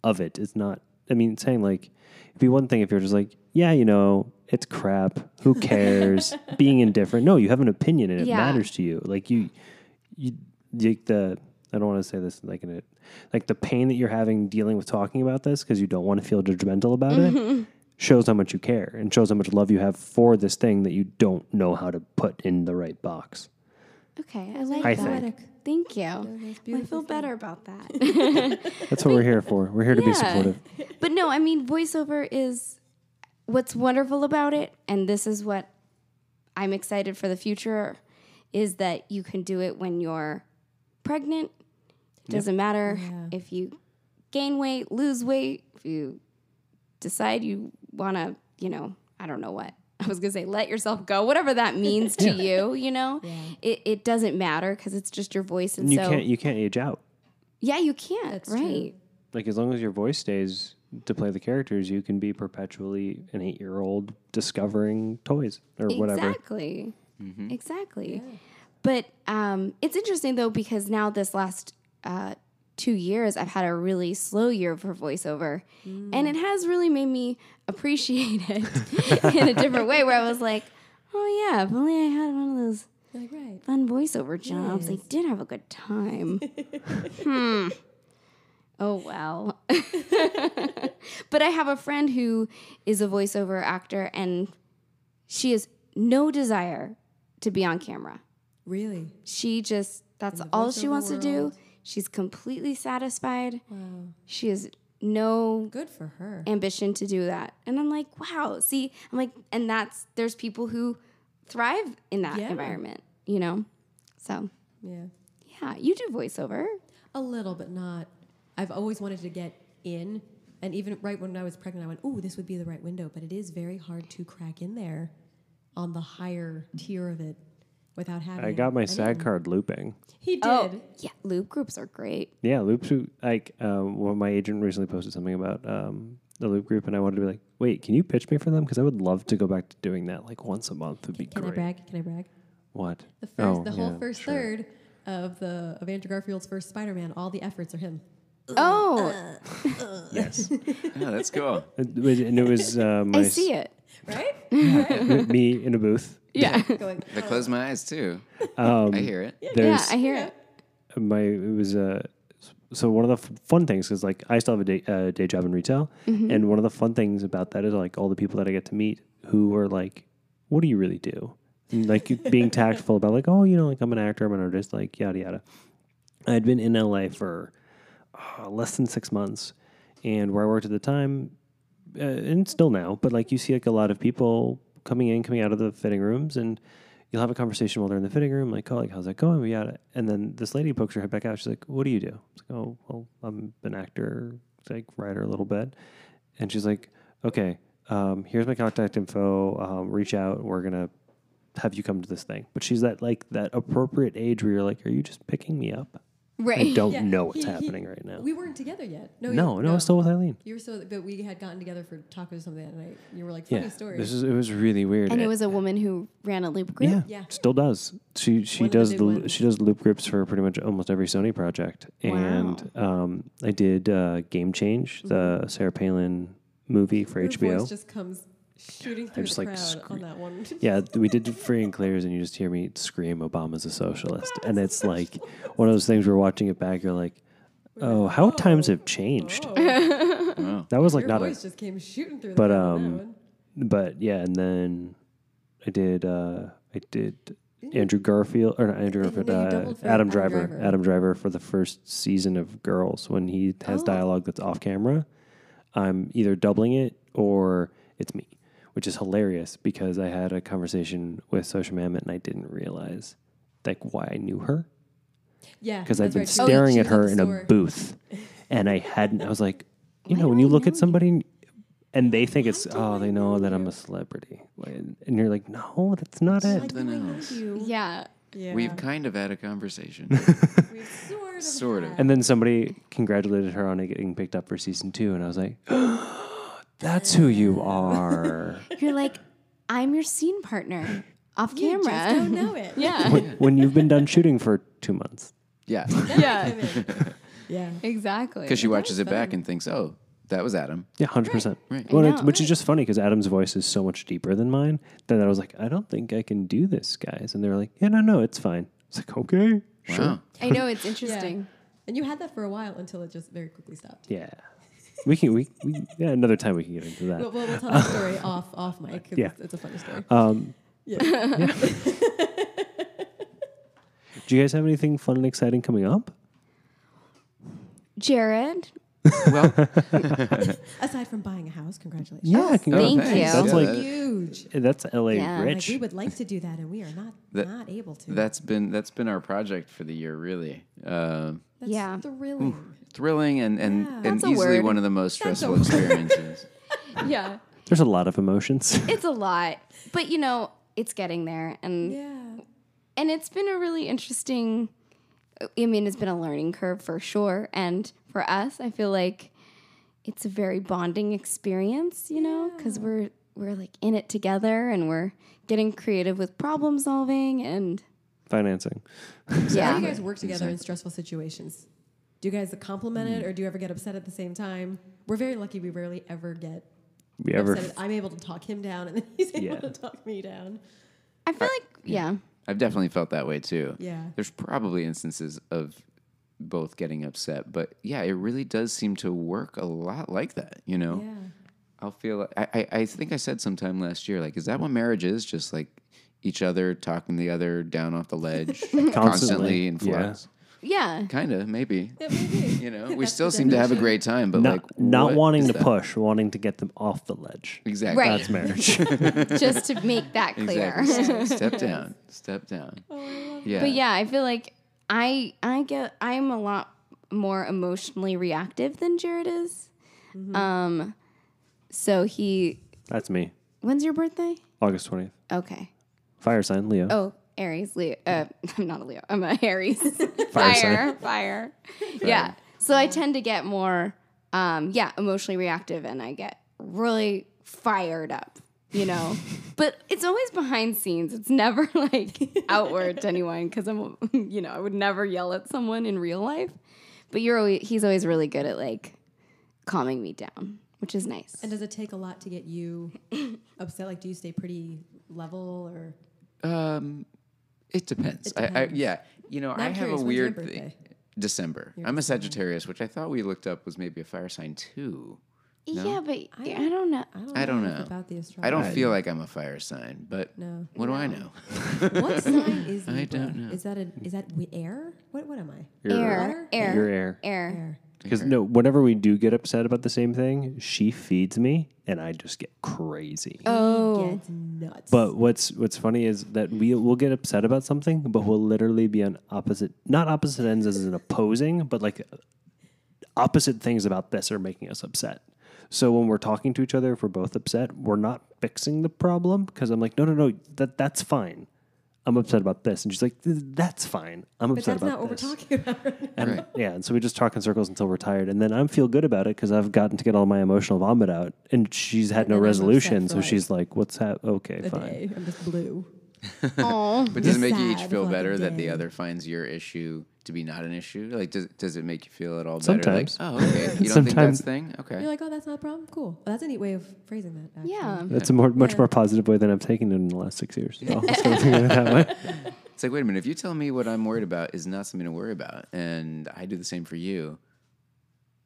of it is not. I mean, saying like, it'd be one thing if you're just like, yeah, you know, it's crap. Who <laughs> cares? Being indifferent. No, you have an opinion, and it Yeah. matters to you. Like you, you like the. I don't want to say this like in it, like the pain that you're having dealing with talking about this because you don't want to feel judgmental about Mm-hmm. it shows how much you care and shows how much love you have for this thing that you don't know how to put in the right box. okay, I like I that. think Thank you. Well, I beautiful feel better about that. <laughs> that's what we're here for. We're here to be Yeah. supportive. but no, I mean, voiceover is what's wonderful about it, and this is what I'm excited for the future is that you can do it when you're pregnant. It doesn't matter Yeah. if you gain weight, lose weight, if you decide you want to, you know, I don't know what. <laughs> I was going to say let yourself go, whatever that means to you, you know? It, it doesn't matter because it's just your voice. And And you so, can't you can't age out. yeah, you can't, That's right? true. Like as long as your voice stays to play the characters, you can be perpetually an eight year old discovering toys or whatever. Exactly. Exactly. But um, it's interesting though because now this last uh, two years I've had a really slow year for voiceover, Mm. and it has really made me appreciate it <laughs> in a different way. Where I was like, oh yeah, if only I had one of those You're like, right. fun voiceover jobs. I did have a <laughs> good time. hmm. <laughs> Oh well. but I have a friend who is a voiceover actor and she has no desire to be on camera. Really? She just that's all she wants to do. She's completely satisfied. Wow. She has no Good for her. ambition to do that. And I'm like, wow, see, I'm like, and that's, there's people who thrive in that Yeah. environment, you know? So, yeah. yeah, you do voiceover. A little, but not. I've always wanted to get in. And even right when I was pregnant, I went, ooh, this would be the right window. But it is very hard to crack in there on the higher tier of it without having. I got my an SAG in. card looping. He did. yeah, loop groups are great. Yeah, loops. who- Like, um, well, my agent recently posted something about um, the loop group, and I wanted to be like, "Wait, can you pitch me for them? Because I would love to go back to doing that. Like once a month would be Can great." I brag? Can I brag? What? The first, Oh, the whole yeah, first sure. third of the of Andrew Garfield's first Spider-Man, all the efforts are him. Oh, Yes, Yeah, that's cool. and it was- and it was <laughs> uh, my I see it. Right? <laughs> me in a booth. Yeah. Going, I close my eyes too. I hear it. yeah, There's I hear it. my it was uh, so one of the f- fun things is like I still have a day, uh, day job in retail, and one of the fun things about that is like all the people that I get to meet who are like, "What do you really do?" And like being tactful about like, "Oh, you know, like I'm an actor, I'm an artist, like yada yada." I'd been in LA for uh, less than six months, and where I worked at the time, uh, and still now, but like you see like a lot of people coming in, coming out of the fitting rooms, and you'll have a conversation while they're in the fitting room, like, oh, like how's that going? We got And then this lady pokes her head back out. She's like, what do you do? It's like, oh, well, I'm an actor, like writer a little bit, and she's like, okay, um, here's my contact info. Um, reach out. We're gonna have you come to this thing. But she's that like that appropriate age where you're like, are you just picking me up? I Right. <laughs> don't Yeah, know what's he- he- happening right now. We weren't together yet. No, no, you- no, I'm still with Eileen. You were so, but we had gotten together for tacos or something that night. You were like, funny Yeah, story. this is it was really weird. And it was a woman who ran a loop group. Yeah, Yeah. still does. She she One of the does big the, ones. she does loop grips for pretty much almost every Sony project. And um, I did uh, Game Change, the Sarah Palin movie for Your HBO. voice just comes shooting through just, the like, crowd scre- on that one. <laughs> yeah, th- we did free and clears, and you just hear me scream, "Obama's a socialist," and it's like one of those things. We're watching it back, you're like, "Oh, how times have changed." <laughs> Wow. That was like Your not a oh." voice just came shooting through. but, the crowd on um, that one. but yeah, and then I did uh I did Andrew Garfield or not Andrew And then Garfield, you uh, doubled Adam, for Adam Driver, Driver. Adam Driver for the first season of Girls when he Oh. has dialogue that's off camera. I'm either doubling it or it's me, which is hilarious because I had a conversation with Social Mammoth and I didn't realize like why I knew her yeah, because I've that's been right. Oh, She was- staring she at was her the in a store. booth, and I hadn't. I was like, you know, do when you I look know at somebody, and they think Why it's do oh, I they know know that I'm you?" a celebrity, and and you're like, no, that's not She's it. Like, "No, I know else. you. Yeah. Yeah. We've kind of had a conversation. We've sort of. Sort of. had- And then somebody congratulated her on it getting picked up for season two, and I was like, <gasps> that's who you are. You're like, I'm your <laughs> scene partner off You camera. just don't know it. <laughs> Yeah. when, when you've been done shooting for two months. Yeah. <laughs> yeah. <laughs> yeah. Exactly. Because she watches it back and thinks, oh, that was Adam. Yeah, hundred percent. Right. Well, I it's, know. which is just funny because Adam's voice is so much deeper than mine. Then I was like, I don't think I can do this, guys. And they're like, Yeah, no, no, it's fine. It's like, okay, sure. Wow. I know <laughs> it's Yeah. interesting. And you had that for a while until it just very quickly stopped. Yeah. We can we, we yeah, another time we can get into We'll, that. we'll, we'll tell that <laughs> story off off mic. 'cause Yeah. Uh, it's, it's a funny story. Do you guys have anything fun and exciting coming up? Jared, Well, Aside from buying a house, congratulations. Yeah, Thank thanks. you. Yeah, That's like that- Huge. that's LA Yeah, like Like we rich. would like to do that, and we are not That- not able to. that's been that's been our project for the year, really. Um, That's Yeah. thrilling. thrilling and and, Yeah. and That's a easily word. one of the most That's a stressful word. experiences. yeah, There's a lot of emotions. <laughs> it's a lot, but you know, it's getting there, and Yeah. and it's been a really interesting. I mean, it's been a learning curve for sure, and for us, I feel like it's a very bonding experience, you know, because we're we're like in it together and we're getting creative with problem solving and Financing. How do you yeah. guys work together in stressful situations? Do you guys compliment it or do you ever get upset at the same time? We're very lucky we rarely ever get We ever upset. I'm able to talk him down and then he's able Yeah. to talk me down. I feel like yeah. I've definitely felt that way too. Yeah. There's probably instances of both getting upset, but yeah, it really does seem to work a lot like that, you know? Yeah. I'll feel like, I, I, I think I said sometime last year, like, is that what marriage is? Just like each other talking the other down off <laughs> the ledge constantly, Constantly, in yeah. flux. Yeah. Kind of, maybe. It may be. You know, we That's still the seem to have a definition. great time, but not, like not what wanting is to that? push, wanting to get them off the ledge. Exactly. Right. That's <laughs> marriage. <laughs> Just to make that clear. <laughs> Exactly. Step down. Step down. yeah. But yeah, I feel like I I get I'm a lot more emotionally reactive than Jared is. Um so he That's me. when's your birthday? August twentieth. Okay. Fire sign, Leo. Oh, Aries. Leo. Uh, <laughs> I'm not a Leo. I'm a Aries. <laughs> Fire fire, sign. fire, Yeah. So I tend to get more, um, yeah, emotionally reactive, and I get really fired up, <laughs> you know. but it's always behind scenes. It's never <laughs> like outward to anyone because I'm, <laughs> you know, I would never yell at someone in real life. But you're always, he's always really good at like calming me down, which is nice. And does it take a lot to get you upset? Like, do you stay pretty level or? Um, it depends. It I, I, depends. yeah, you know, I I'm have curious, a when's your weird thing. birthday? December. I'm a Sagittarius, which I thought we looked up was maybe a fire sign too. Yeah, but I don't know. I don't enough know. about the astrology. I don't feel like I'm a fire sign, but <laughs> No. what do I <laughs> know? What sign is Libra? I don't know. Is that a, is that wi- air? What what am I? Air, air, Your air. air. Air. Because no, whenever we do get upset about the same thing, she feeds me, and I just get crazy. Oh. Gets nuts. But what's what's funny is that we will get upset about something, but we'll literally be on opposite, not opposite ends as an opposing, but like opposite things about this are making us upset. So when we're talking to each other, if we're both upset, we're not fixing the problem because I'm like, no, no, no, that that's fine. I'm upset about this, and she's like, "Th- that's fine. I'm But upset that's about not what this. we're talking about. right now. And Right. yeah, and so we just talk in circles until we're tired, and then I am feel good about it because I've gotten to get all my emotional vomit out, and she's had no then I'm upset resolution, for, so like, she's like, "What's that? Okay, A fine." day. I'm just blue. <laughs> But does it make you each Sad feel for like a better that the day. other finds your issue to be not an issue? Like, does does it make you feel at all Sometimes. better? Like, oh, okay. You don't think that's Sometimes. a thing? Okay. You're like, oh, that's not a problem. Cool. Well, that's a neat way of phrasing that. Actually. Yeah. That's a more, much Yeah. more positive way than I've taken it in the last six <laughs> years. <laughs> So I'll start thinking of it that way. It's like, wait a minute. If you tell me what I'm worried about is not something to worry about, and I do the same for you,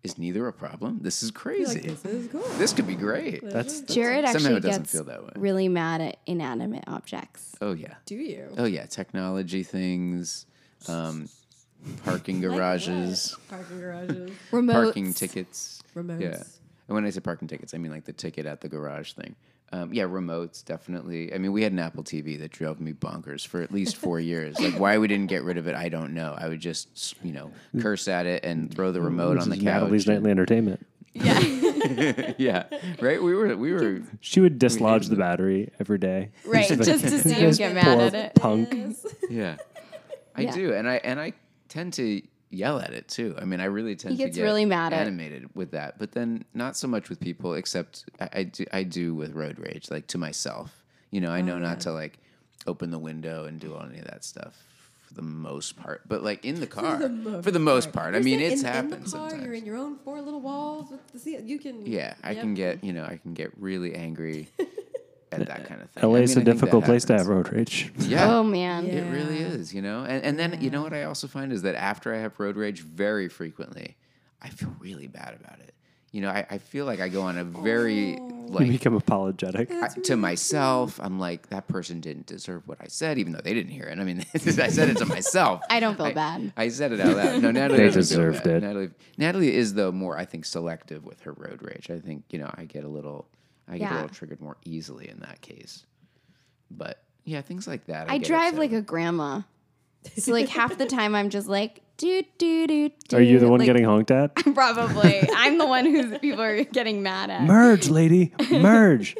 is neither a problem? This is You're crazy. like, this is cool. this could be great. That's Jared Somehow actually it doesn't gets feel that way. really mad at inanimate objects. Oh yeah. Do you? Oh yeah. Technology things, um, parking garages, Parking garages. <laughs> Remote parking tickets. Remotes. Yeah. And when I say parking tickets, I mean like the ticket at the garage thing. Um, yeah, remotes definitely. I mean, we had an Apple TV that drove me bonkers for at least four years. Like, why we didn't get rid of it, I don't know. I would just, you know, curse at it and throw the remote on the couch. Natalie's nightly entertainment. <laughs> yeah, right. We were, we were. She would dislodge the battery every day. <laughs> Right, She's <laughs> like, just to see him "This get poor mad at it. Punk. Yeah, I Yeah. do, and I and I tend to yell at it too. I mean, I really tend gets to get really mad at- animated with that, but then not so much with people. Except I, I do, I do with road rage, like to myself. You know, I know not to like open the window and do any of that stuff for the most part. But like in the car, for the most, part, I You're mean, sitting it's in, happened in the car, sometimes. You're in your own four little walls. With the sea. You can. yeah, I can get you know, I can get really angry at <laughs> that kind of thing. I LA mean, is I a think that difficult place to have happens. road rage. <laughs> Yeah. <laughs> Oh man. Yeah. It really is, you know? And, and then, you know what I also find is that after I have road rage very frequently, I feel really bad about it. You know, I, I feel like I go on a very, Oh. You <laughs> like, become apologetic. uh, I- to myself, I'm like, that person didn't deserve what I said, even though they didn't hear it. I mean, <laughs> I said it to myself. <laughs> I don't feel bad. I said it <laughs> out loud. No, Natalie. They doesn't feel deserved bad. it. Natalie, Natalie is though more, I think, selective with her road rage. I think you know, I get a little, I get a Yeah. little triggered more easily in that case. But yeah, things like that. I get drive upset like with. a grandma. So like half <laughs> the time I'm just like do do do. Are you the do," one like- getting honked at? <laughs> Probably. I'm the one who people are getting mad at. Merge, <laughs> lady. Merge.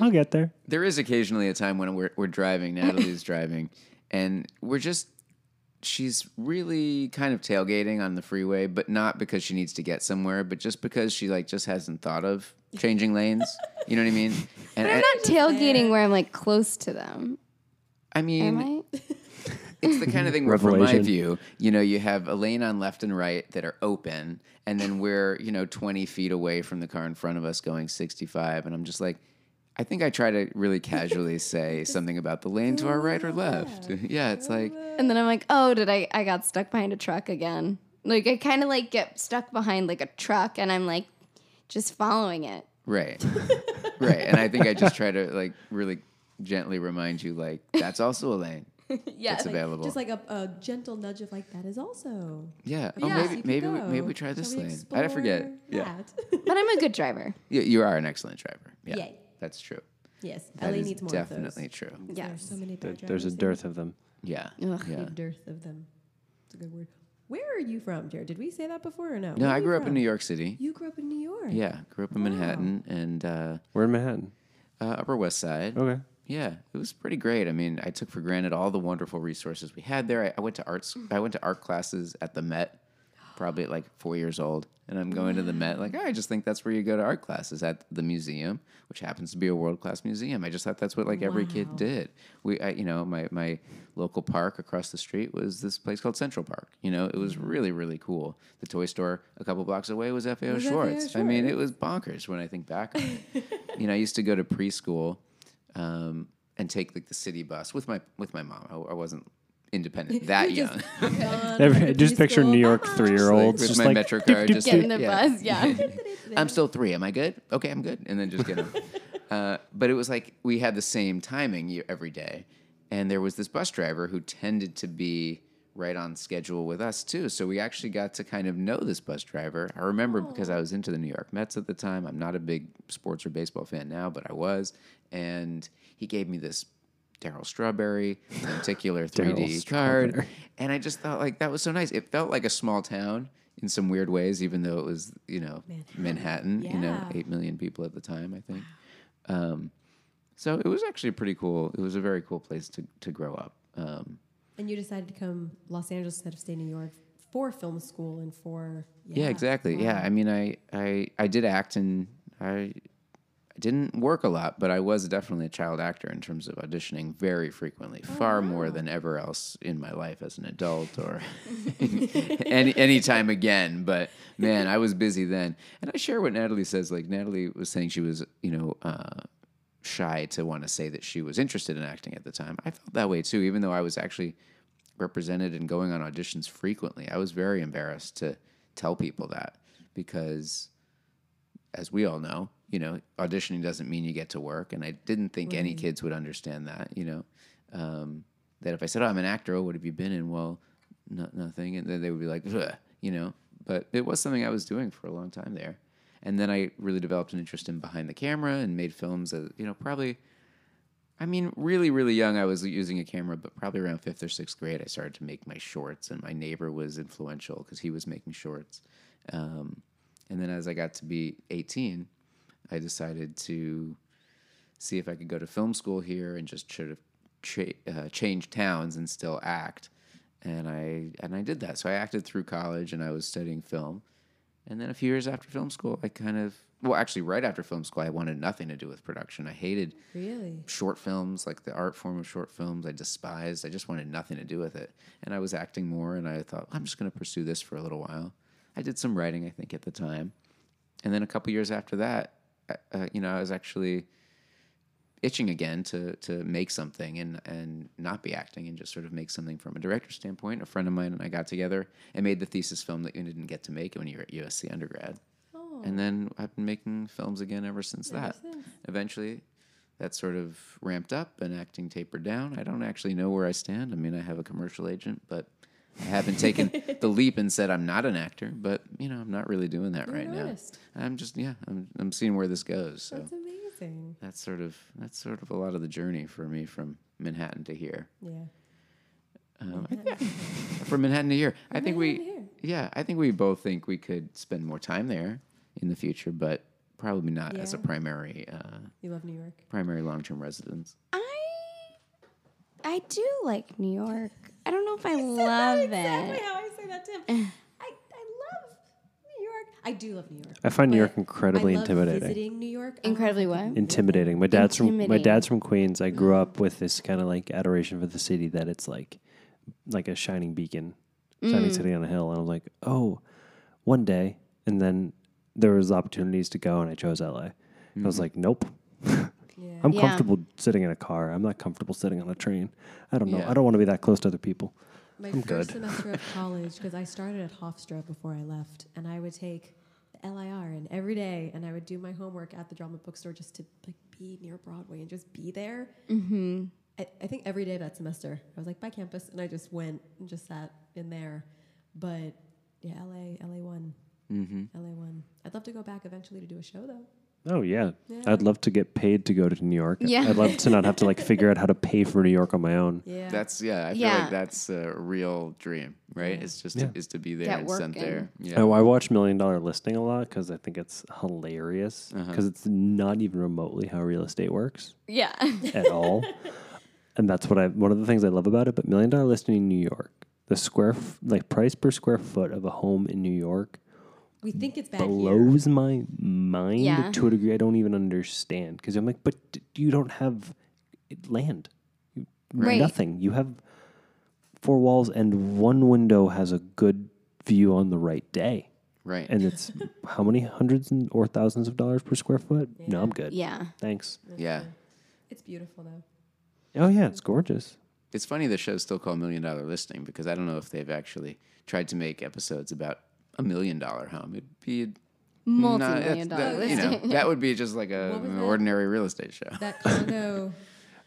I'll get there. <laughs> there is occasionally a time when we're, we're driving, Natalie's driving, and we're just she's really kind of tailgating on the freeway, but not because she needs to get somewhere, but just because she like just hasn't thought of changing lanes. You know what I <laughs> mean? But And I'm I, not tailgating where I'm like close to them. I Am mean, I? it's the kind of thing where, from my Revelation. view, you know, you have a lane on left and right that are open, and then we're you know 20 feet away from the car in front of us going 65, and I'm just like. I think I try to <laughs> really casually say something about the lane to our right or left. <laughs> Yeah, it's like And then I'm like, oh, did I? I got stuck behind a truck again. Like I kind of like get stuck behind like a truck, and I'm like, just following it. <laughs> Right. right. And I think I just try to like really gently remind you like that's also <laughs> a lane. Yeah. That's available. Just like a, a gentle nudge of like that is also. yeah. a Oh, place maybe you could maybe we, go. maybe we try this Shall we lane. I forget. explore Yeah. <laughs> that? but I'm a good driver. yeah. You are an excellent driver. Yeah. Yay. That's true. yes, That LA is needs more definitely of true. those. There are so many There- bad there's a drivers in- dearth of them. Yeah. Ugh, yeah. a dearth of them. It's a good word. Where are you from, Jared? Did we say that before or no? No, Where are I you grew up in from? New York City. You grew up in New York. Yeah, grew up in Manhattan and uh, We're in Manhattan. uh, Upper West Side. Okay. Yeah, it was pretty great. I mean, I took for granted all the wonderful resources we had there. I, I went to arts. I went to art classes at the Met, probably at like four years old, and I'm going to the Met. Like, "Oh, I just think that's where you go to art classes at the museum, which happens to be a world class museum. I just thought that's what like every kid did. We, I, you know, my my local park across the street was this place called Central Park. You know, it was really really cool. The toy store a couple blocks away was FAO Was F.A.O. Schwartz. I mean, it was bonkers when I think back. on it. you know, I used to go to preschool um, and take like the city bus with my with my mom. I, I wasn't <laughs> independent that just- <laughs> young. Gone Every, from just picture preschool. <laughs> New York Mama. three year olds With just my like Metro doop, card, doop, just- doop. Getting the Yeah. bus, <laughs> yeah. I'm still three. Am I good? Okay, I'm good. And then just <laughs> get them. uh, but it was like we had the same timing ye- every day, and there was this bus driver who tended to be right on schedule with us too. So we actually got to kind of know this bus driver. I remember because I was into the New York Mets at the time. I'm not a big sports or baseball fan now, but I was, and he gave me this. Daryl Strawberry, lenticular 3D card. And I just thought like that was so nice. It felt like a small town in some weird ways, even though it was, you know, Manhattan, you know, Yeah. eight million people at the time, I think. Um, so it was actually pretty cool. It was a very cool place to, to grow up. Um, And you decided to come Los Angeles instead of stay in New York for film school and for yeah. exactly. Yeah, I mean, I, I I did act and I I didn't work a lot, but I was definitely a child actor in terms of auditioning very frequently, far more than ever else in my life as an adult or <laughs> any any time again. But man, I was busy then, and I share what Natalie says. Like Natalie was saying, she was you know. Uh, shy to want to say that she was interested in acting at the time. I felt that way too, even though I was actually represented and going on auditions frequently. I was very embarrassed to tell people that because, as we all know, you know, auditioning doesn't mean you get to work, and I didn't think any kids would understand that. You know, um, that if I said, "Oh, I'm an actor," oh, what have you been in? Well, no, nothing, and then they would be like, Ugh, you know. But it was something I was doing for a long time there, and then I really developed an interest in behind the camera and made films. As, you know, probably I mean, really, really young, I was using a camera, but probably around fifth or sixth grade, I started to make my shorts, and my neighbor was influential because he was making shorts. Um, and then as I got to be 18, I decided to see if I could go to film school here and just sort of cha- uh, change towns and still act. And I and I did that. So I acted through college, and I was studying film. And then a few years after film school, I kind of well, actually, right after film school, I wanted nothing to do with production. I hated really short films, like the art form of short films, I despised. I just wanted nothing to do with it. And I was acting more, and I thought, I'm just going to pursue this for a little while. I did some writing, I think, at the time. And then a couple years after that, uh, uh, you know, I was actually itching again to to make something and and not be acting and just sort of make something from a director's standpoint. A friend of mine and I got together and made the thesis film that you didn't get to make when you were at USC undergrad. And then I've been making films again ever since that. Eventually, that sort of ramped up and acting tapered down. I don't actually know where I stand. I mean, I have a commercial agent, but I haven't taken the leap and said I'm not an actor. But you know, I'm not really doing that right an now. artist. I'm just yeah, I'm I'm seeing where this goes. So that's amazing. that's sort of that's sort of a lot of the journey for me from Manhattan to here. Yeah. Um, I thi- from Manhattan to here, I think we Manhattan yeah, I think we both think we could spend more time there in the future, but probably not as a Yeah. primary uh, You love New York. primary long term residence. I I I do like New York. I don't know if I <laughs> love exactly it. how I say that to <laughs> him. I, I love New York. I do love New York. I find New York I incredibly love intimidating. visiting New York. I love Incredibly what? Intimidating. My dad's from my Intimidating. Mm-hmm. dad's from Queens. I grew up with this kind of like adoration for the city that it's like like a shining beacon, Mm. shining city on a hill. And I was like, oh, one day. And then there was opportunities to go, and I chose LA. I was like, nope. I'm Yeah. comfortable sitting in a car. I'm not comfortable sitting on a train. I don't know. Yeah. I don't want to be that close to other people. My I'm first good. semester <laughs> of college, because I started at Hofstra before I left, and I would take the LIR and every day, and I would do my homework at the drama bookstore just to like be near Broadway and just be there. Mm-hmm. I, I think every day of that semester, I was like, "Bye campus," and I just went and just sat in there. But yeah, LA, LA one, Mm-hmm. LA one. I'd love to go back eventually to do a show though. Oh yeah. Yeah. I'd love to get paid to go to New York. Yeah. I'd love to not have to like figure out how to pay for New York on my own. Yeah, That's yeah. I feel Yeah. like that's a real dream, right? It's just Yeah. is to be there Get and sent working. there. Yeah. Oh, I watch Million Dollar Listing a lot because I think it's hilarious because it's not even remotely how real estate works Yeah. at all, <laughs> and that's what I one of the things I love about it. But Million Dollar Listing in New York, the square f- like price per square foot of a home in New York we think it's bad here. blows my mind Yeah. to a degree I don't even understand because I'm like, but d- you don't have eh, land, You- Right. nothing. You have four walls and one window has a good view on the right day Right. and it's how many hundreds and or thousands of dollars per square foot? No, I'm good. yeah. Thanks. yeah. It's beautiful though. Oh yeah, it's gorgeous. It's funny the show's still called Million Dollar Listing because I don't know if they've actually tried to make episodes about a million dollar home. It'd be not- Multi-million that- dollar that- you know, listing. that would be just like a, What was an that? ordinary real estate show. That condo.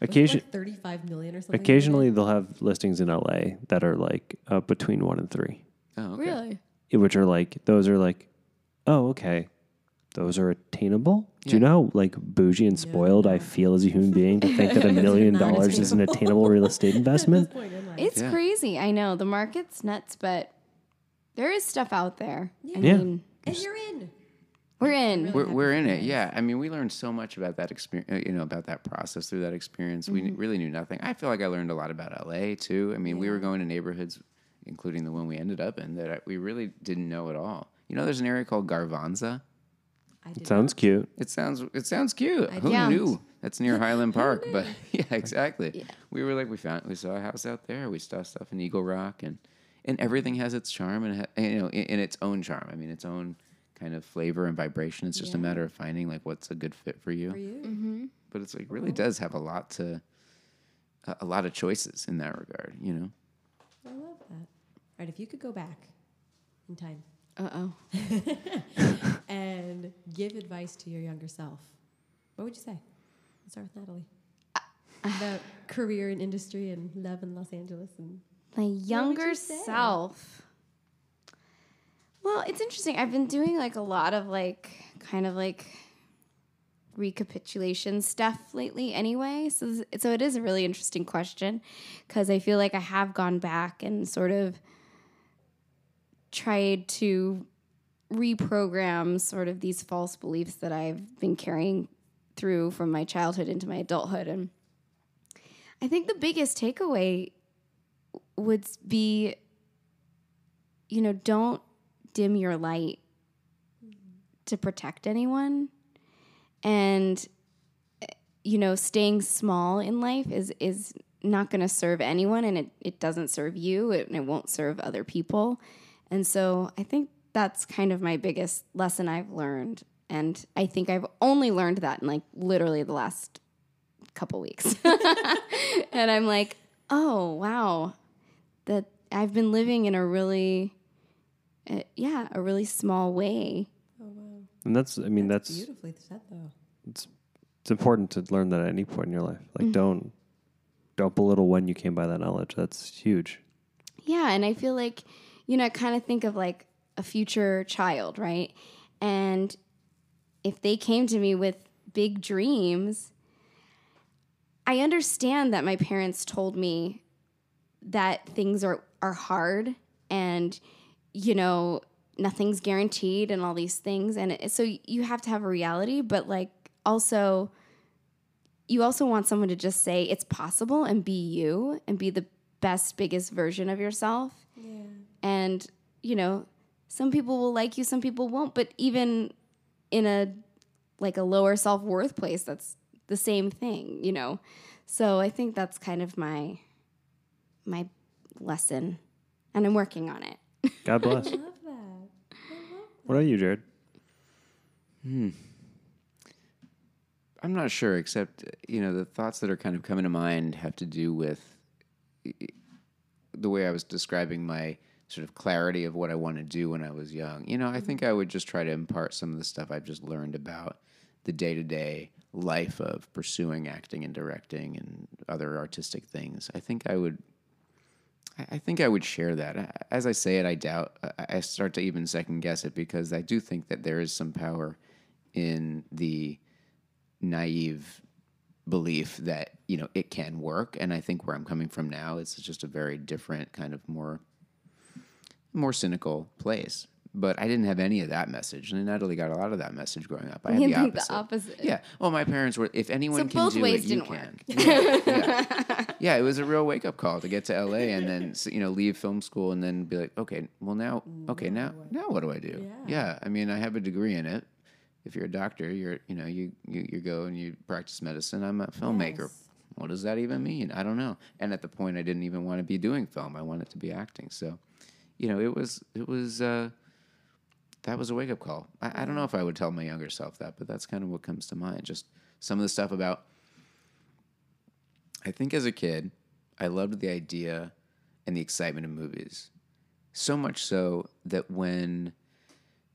Occasion- Occasionally, like thirty-five million or something. wasn't it? Occasionally they'll have listings in LA that are like uh, between one and three, eh, Oh, okay. Really? which are like those are like, oh okay, those are attainable. Do you Yeah. know how like bougie and spoiled I feel <laughs> as a human being to think that a million not dollars is an attainable real estate <laughs> investment? Point oh in life. It's Yeah. crazy. I know the market's nuts, but there is stuff out there. I Yeah. mean, and you're in. we're in. We're, we're in it, yeah. I mean, we learned so much about that experience, you know, about that process through that experience. We kn- really knew nothing. I feel like I learned a lot about LA too. I mean, we were going to neighborhoods, including the one we ended up in, that I, we really didn't know at all. You know, there's an area called Garvanza. I did Sounds cute. It sounds it sounds cute. Who Yeah. knew? That's near Highland Park, but <laughs> yeah, exactly. We were like, we found we saw a house out there. We saw stuff in Eagle Rock, and and everything has its charm and ha- and, you know in, in its own charm. I mean, its own kind of flavor and vibration. It's just a matter of finding like what's a good fit for you. for you. Mm-hmm. But it's like really does have a lot to a, a lot of choices in that regard. You know, I love that. All right, if you could go back in time Uh oh. and give advice to your younger self, what would you say? Let's start with Natalie. Uh, <laughs> About career and industry and love in Los Angeles and My younger you say? self. Well, it's interesting. I've been doing like a lot of like kind of like recapitulation stuff lately anyway. So this- so it is a really interesting question cuz I feel like I have gone back and sort of tried to reprogram sort of these false beliefs that I've been carrying through from my childhood into my adulthood and I think the biggest takeaway would be you know don't dim your light to protect anyone and eh, you know staying small in life is is not going to serve anyone and it, it doesn't serve you it, and it won't serve other people and so i think that's kind of my biggest lesson i've learned and i think i've only learned that in like literally the last couple weeks <laughs> and i'm like oh wow that I've been living in a really, uh, yeah, a really small way. And that's I mean that's beautifully said though. it's important to learn that at any point in your life. Like don't don't belittle when you came by that knowledge. That's huge. Yeah, and I feel like, you know, I kind of think of like a future child, right? And if they came to me with big dreams, I understand that my parents told me that things are are hard and you know, nothing's guaranteed and all these things and it, so you have to have a reality, but like also you also want someone to just say it's possible and be you and be the best, biggest version of yourself. Yeah. And, you know, some people will like you, some people won't. But even in a like a lower self worth place, that's the same thing, you know. So I think that's kind of my my lesson. And I'm working on it. <laughs> God bless. I love that. what about you, Jared? I'm not sure, except you know the thoughts that are kind of coming to mind have to do with e, the way I was describing my sort of clarity of what I want to do when I was young. You know, I think I would just try to impart some of the stuff I've just learned about the day to day life of pursuing acting and directing and other artistic things. I think I would. I- I think I would share that. A- As I say it, I doubt. uh, I- I start to even second guess it because I do think that there is some power in the naive belief that you know it can work and i think where i'm coming from now is just a very different kind of more more cynical place but i didn't have any of that message and natalie got a lot of that message growing up i had <laughs> You the think the opposite. opposite. yeah well my parents were if anyone So can both do ways it you didn't can <laughs> work. yeah, yeah. Yeah, it was a real wake-up call to get to la and then s- you know leave film school and then be like okay well now okay now now what do i do yeah i mean i have a degree in it if you're a doctor, you're you know you you, you go and you practice medicine. I'm a filmmaker. What does that even mean? I don't know. And at the point, I didn't even want to be doing film. I wanted to be acting. So, you know, it was it was uh, that was a wake up call. I, I don't know if I would tell my younger self that, but that's kind of what comes to mind. Just some of the stuff about. I think as a kid, I loved the idea and the excitement of movies, so much so that when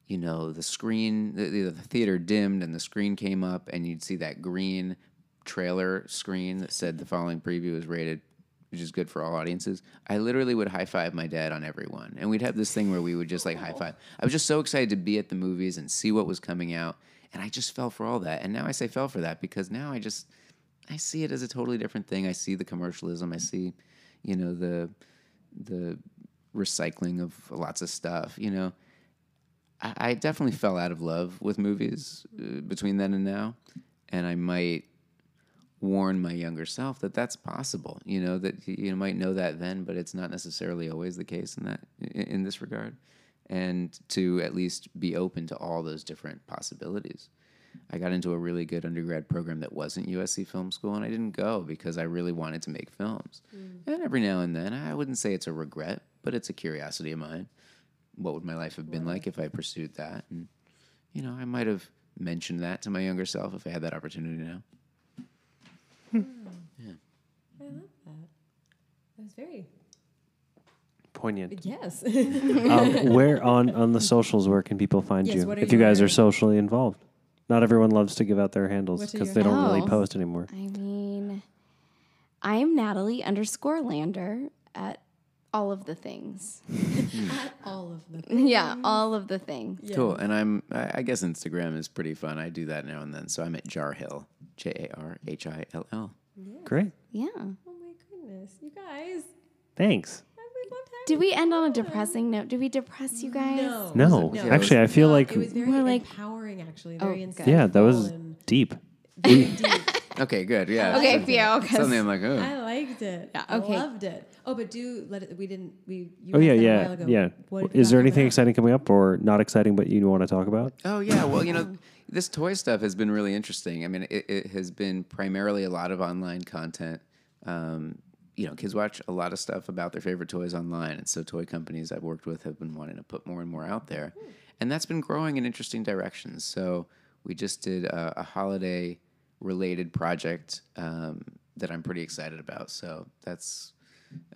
you know the screen the, the the theater dimmed and the screen came up and you'd see that green trailer screen that said the following preview is rated which is good for all audiences i literally would high five my dad on everyone and we'd have this thing where we would just like high five i was just so excited to be at the movies and see what was coming out and i just fell for all that and now i say fell for that because now i just i see it as a totally different thing i see the commercialism i see you know the the recycling of lots of stuff you know I I definitely fell out of love with movies uh, between then and now, and I might warn my younger self that that's possible. You know that y- you might know that then, but it's not necessarily always the case in that i- in this regard. And to at least be open to all those different possibilities. I got into a really good undergrad program that wasn't USC Film School, and I didn't go because I really wanted to make films. And every now and then, I wouldn't say it's a regret, but it's a curiosity of mine what would my life have been like if I pursued that? And you know, I might have mentioned that to my younger self if I had that opportunity now. I love that. That was very Poignant. <laughs> yes. <laughs> um, where on on the socials? Where can people find Yes, you what are if you your- guys are socially involved? Not everyone loves to give out their handles What are because your they don't really handles? post anymore. I mean, I am Natalie underscore Lander at all of the things. All of them. <laughs> yeah, all of the things. Cool. And I'm I I guess Instagram is pretty fun. I do that now and then. So I'm at Jarhill, J A R H I L L. Great. Yeah. Oh my goodness, you guys! Thanks. I would love to have Did we end on a depressing note? Did we depress you guys? No. No, No, it actually, I was- feel no, like it was very More like- empowering. Actually, Oh, very good. insightful. yeah, that was and <laughs> deep. very deep. Okay, good. Yeah. Okay, Theo. 'cause- Suddenly I'm like, oh. I liked it. Yeah, I okay. loved it. Oh, but do let it. We didn't. We. You Oh asked yeah, that a yeah, while ago. yeah. What did Is we there talk anything about? exciting coming up or not exciting but you want to talk about? Oh yeah, well you know this toy stuff has been really interesting. I mean, it, it has been primarily a lot of online content. Um, you know, kids watch a lot of stuff about their favorite toys online, and so toy companies I've worked with have been wanting to put more and more out there, and that's been growing in interesting directions. So we just did a, a holiday related project um, that I'm pretty excited about. So that's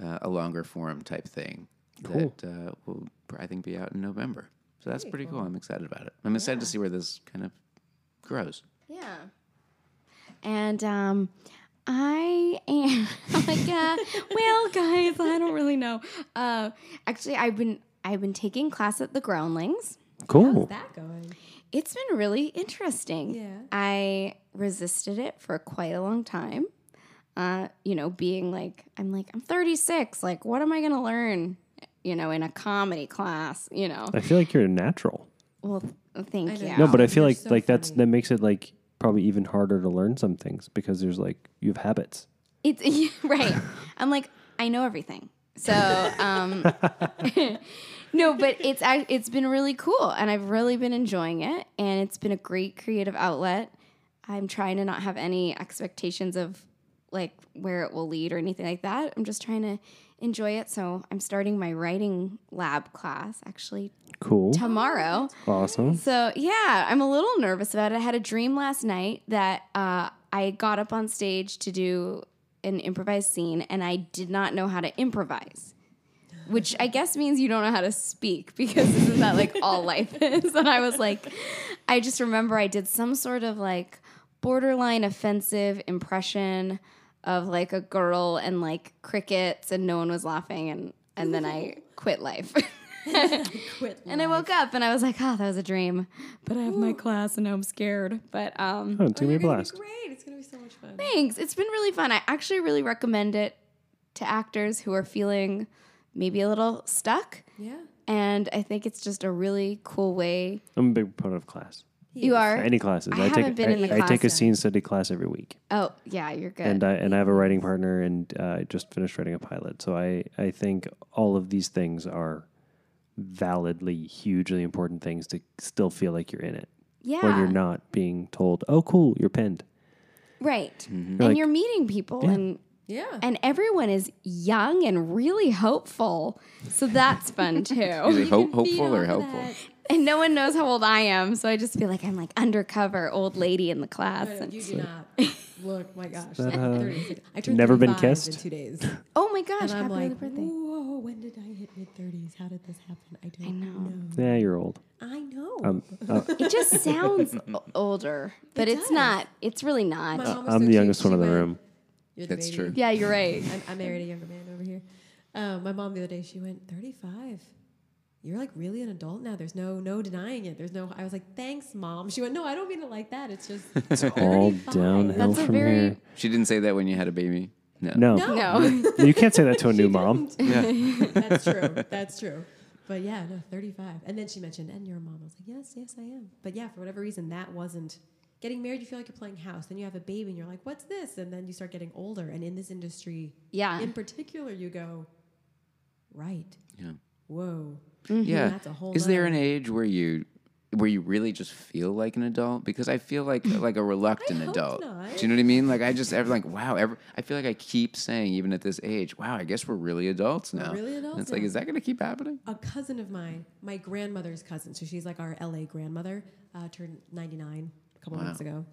uh, a longer form type thing that uh, will pr- I think be out in November. So that's pretty cool. I'm excited about it. I'm excited to see where this kind of grows. Yeah. And um, I am <laughs> I'm like, uh, well, guys, I don't really know. Uh, actually, I've been I've been taking class at the Groundlings. Cool. That going. It's been really interesting. Yeah. I resisted it for quite a long time. Uh, you know, being like, I'm like, I'm 36. Like, what am I going to learn, you know, in a comedy class, you know? I feel like you're a natural. Well, th- thank I you. know. No, but I feel Oh, You're like so like that's funny. that makes it like probably even harder to learn some things because there's like you have habits. It's <laughs> yeah, right. I'm like, I know everything. So, um, <laughs> no, but it's ac- it's been really cool, and I've really been enjoying it, and it's been a great creative outlet. I'm trying to not have any expectations of like where it will lead or anything like that. I'm just trying to enjoy it. So I'm starting my writing lab class actually Cool. tomorrow. Awesome. So yeah, I'm a little nervous about it. I had a dream last night that uh, I got up on stage to do an improvised scene, and I did not know how to improvise, which I guess means you don't know how to speak because isn't that like all life <laughs> is? And I was like, I just remember I did some sort of like borderline offensive impression of like a girl and like crickets, and no one was laughing, and and then I quit life. <laughs> Quit. And I woke up and I was like, ah, that was a dream. But I have my class and now I'm scared. But um, Oh, it's gonna be a blast. Great. It's going to be so much fun. <laughs> thanks. It's been really fun. I actually really recommend it to actors who are feeling maybe a little stuck. Yeah. And I think it's just a really cool way. I'm a big proponent of class. You are. Any classes. I take haven't been I, in the I class take a yet. scene study class every week. Oh, yeah, you're good. and uh, I and I have a writing partner, and uh, I just finished writing a pilot. So I I think all of these things are validly hugely important things to still feel like you're in it yeah. when you're not being told, "Oh, cool, you're pinned." Right. And Like- you're meeting people and Yeah. and everyone is young and really hopeful. So that's fun too. Oh, Is it hope, hopeful or helpful? and no one knows how old I am, so I just feel like I'm like undercover old lady in the class. No, no, and- you do <laughs> not. Look, my gosh. that, I'm uh, 36. I turned never been 35 kissed? in two days. <laughs> oh my and gosh! Happy I'm like, birthday. whoa, when did I hit mid 30s? How did this happen? I don't know. Yeah, you're old. I know. Um, uh, <laughs> It just <laughs> sounds o- older, but It it's does. not. It's really not. My mom was so I'm the cute. youngest She one in the went, room. "You're the That's baby." true. yeah, you're right. I'm- I married a younger man over here. Uh, my mom the other day, she went, 35. You're like really an adult now. There's no no denying it. There's no. I was like, thanks, mom. She went, no, I don't mean it like that. It's <laughs> just it's all downhill That's a from very- here. She didn't say that when you had a baby. No. No, "Oh, <laughs> <laughs> No, you can't say that to a <laughs> new mom. That's true. That's true. But yeah, no, 35. And then she mentioned, and you're a mom. I was like, yes, yes, I am. But yeah, for whatever reason, that wasn't. Getting married, you feel like you're playing house. Then you have a baby, and you're like, what's this? And then you start getting older. And in this industry, yeah, in particular, you go, right. Yeah. Whoa. Yeah. That's a whole Is there an nother- age where you where you really just feel like an adult? Because I feel <laughs> like like a reluctant hope adult. not. Do you know what I mean? Like I just ever like wow. Ever I feel like I keep saying even at this age, wow. I guess we're really adults now. really adults And it's like, now. is that going to keep happening? a cousin of mine, my grandmother's cousin, so she's like our LA grandmother, uh, turned 99 a couple months ago.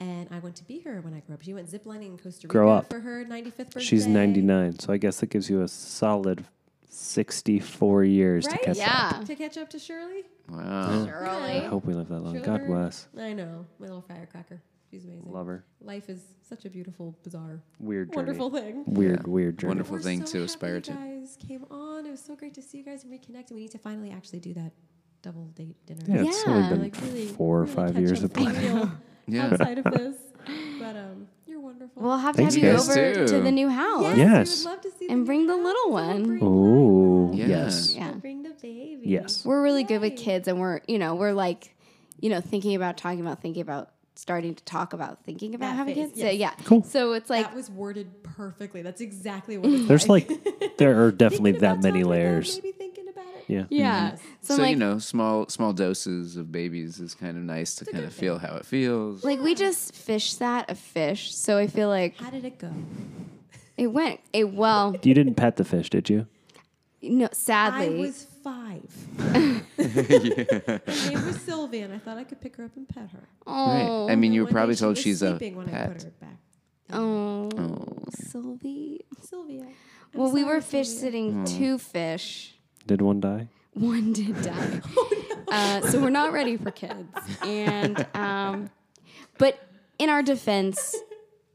And I went to be her when I grew up. She went ziplining in Costa Rica Grow up. for her 95th birthday. She's 99, so I guess that gives you a solid 64 years to Right? catch up. yeah. To catch up to Shirley? Wow. Surely. I hope we live that long. Shirley God Bird. bless. I know. My little firecracker. She's amazing. Love her. Life is such a beautiful, bizarre, Weird journey. wonderful thing. Weird, weird journey. Wonderful We're thing so to happy aspire you to. guys came on. It was so great to see you guys and reconnect. And we need to finally actually do that double date dinner. Yeah, it's only Yeah. been Like really, four or really five catch years up of for planning. <laughs> real Yeah. outside of this. But um, you're wonderful. We'll have Thanks, to have you guys. over Too. to the new house. yes, Yes. We would love to see And the bring new the house. little We'll one. bring Oh, Lila. Yeah. yes. Yeah. We'll Bring the baby. Yes. We're really good Yay. with kids, and we're you know we're like, you know, thinking about talking about thinking about starting to talk about thinking about That having phase, kids. So yes. yeah, Cool. So it's like that was worded perfectly. That's exactly <laughs> what it's <laughs> There's like, there are Thinking definitely that about many something, layers. Maybe thinking about it. Yeah. yeah. So, So, I'm like, you know, small small doses of babies is kind of nice to kind of feel how it feels. like we just fish that a fish. So I feel like How did it go? it went it well. You didn't pet the fish, did you? No, I sadly, was five. <laughs> Her name was Sylvia, and I thought I could pick her up and pet her. oh, I mean, you were One day probably she told was she's a sleeping when I put pet. her back. Oh, Sylvie. Sylvia. I'm well, we sorry, were fish Sylvia. sitting two fish. Did one die? One did die. uh, so we're not ready for kids. And um, but in our defense,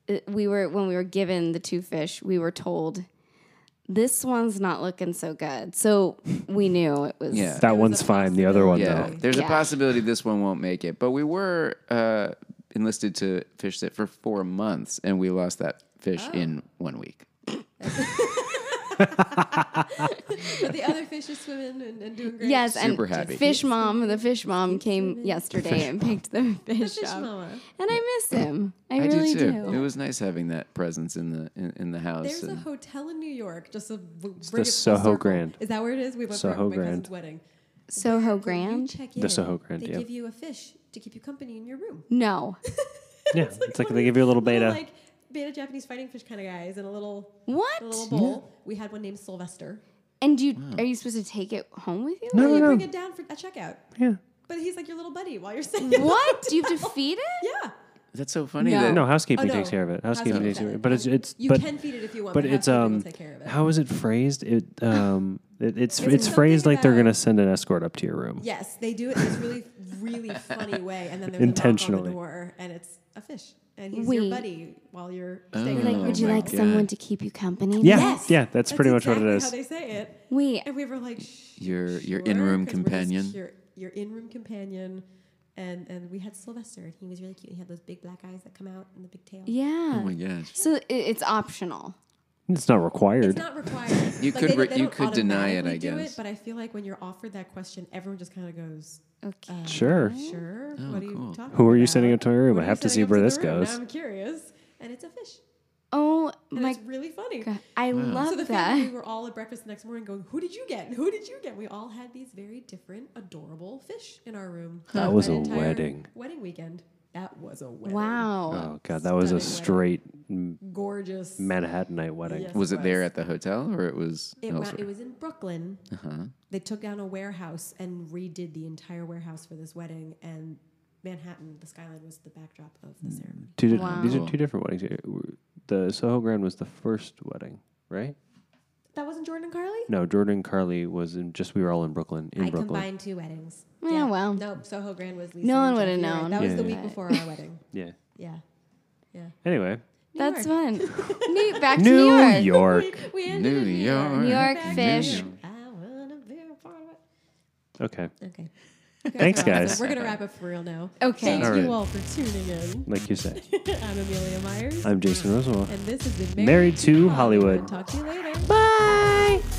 uh, we were when we were given the two fish, we were told this one's not looking so good. So we knew it was Yeah. That one's fine. The other one, Yeah, though. there's Yeah. a possibility this one won't make it, but we were uh, enlisted to fish Oh. sit for four months, and we lost that fish in one week. But the other fish is swimming and, and <laughs> doing great. Yes, Super and happy. Fish Mom, the Fish Mom came yesterday and picked the fish, The fish up, mama. and I miss him. I, I really do too. do. It was nice having that presence in the in, in the house. There's a and- hotel in New York, just to v- bring the it full Soho circle. Grand. Is that where it is? We went for Soho my cousin's Grand. wedding. Soho When you Grand? check The in, Soho Grand, They yeah. give you a fish to keep you company in your room. <laughs> no, yeah, it's like, they give you a little beta. like beta Japanese fighting fish kind of guys, in a little a little what? bowl. We had one named Sylvester. And do you, are you supposed to take it home with you? no, you no, bring no. it down for a checkout, Yeah. but he's like your little buddy while you're sitting. What? Do you have to feed it? <laughs> Yeah. That's so funny. No. That, No, housekeeping Oh, takes no. care of it. Housekeeping Housekeeping takes care of does it. it. But it's it's You but, can feed it if you want, But but it's housekeeping will um take care of it. how is it <laughs> phrased? It um it, it's It's it's, something phrased like they're about- gonna send an escort up to your room. Yes, they do it in this really, really <laughs> funny way, and then there's a knock on Intentionally. the door, and it's a fish, and he's Wait. your buddy while you're staying. You're at like, home. would you my like God. someone to keep you company? Yeah, Yes. Oh. yeah, that's, pretty much what it exactly is. How they say it. Wait, And we were like, "Sh- Your- your sure," in-room 'cause we're just companion. Your, your in-room companion, and and we had Sylvester, and he was really cute. He had those big black eyes that come out and the big tail. yeah. Oh my gosh. so i- it's optional. It's not required. It's not required. You Like, could they don't- re- they you don't could deny it, I automatically do guess. but I feel like when you're offered that question, everyone just kind of goes, Okay. uh, Sure. sure. Oh, what are you cool. talking Who are you about? sending up to my room? What I are have you to see sending up where the this room? Now goes. I'm curious, and it's a fish, oh and my it's really funny. god, I So love the fact that we that. were all at breakfast the next morning going, "Who did you get? Who did you get?" We all had these very different, adorable fish in our room. That was a entire wedding. Wedding weekend. That was a wedding. Wow. Oh god, that was a Stunning straight m- Gorgeous. Manhattanite wedding. Yes, Was it there was. at the hotel or it was It, wa- elsewhere? it was in Brooklyn. uh-huh. They took down a warehouse and redid the entire warehouse for this wedding. And Manhattan, the skyline, was the backdrop of the Mm. ceremony. Two di- These are Wow. two different weddings. The Soho Grand was the first wedding, right? That wasn't Jordan and Carly. No, Jordan and Carly was in just we were all in Brooklyn. In I Brooklyn. combined two weddings. Yeah, well. No, Soho Grand was Lisa. No and one Jeff. would've You're right. known. That was Yeah, the yeah. week before our <laughs> wedding. Yeah. Yeah. Anyway. New That's York. fun. <laughs> New, back to New York. York. We ended New in New York. York. New York Back to fish. York. I wanna be a part of it. Okay. Okay. We're Thanks, guys. awesome. We're gonna wrap up for real now. Okay. Thank All right. you all for tuning in. <laughs> Like you <laughs> said. I'm Amelia Myers, I'm Jason Rosenwald. and this has been Married to Hollywood. Talk to you later. Bye.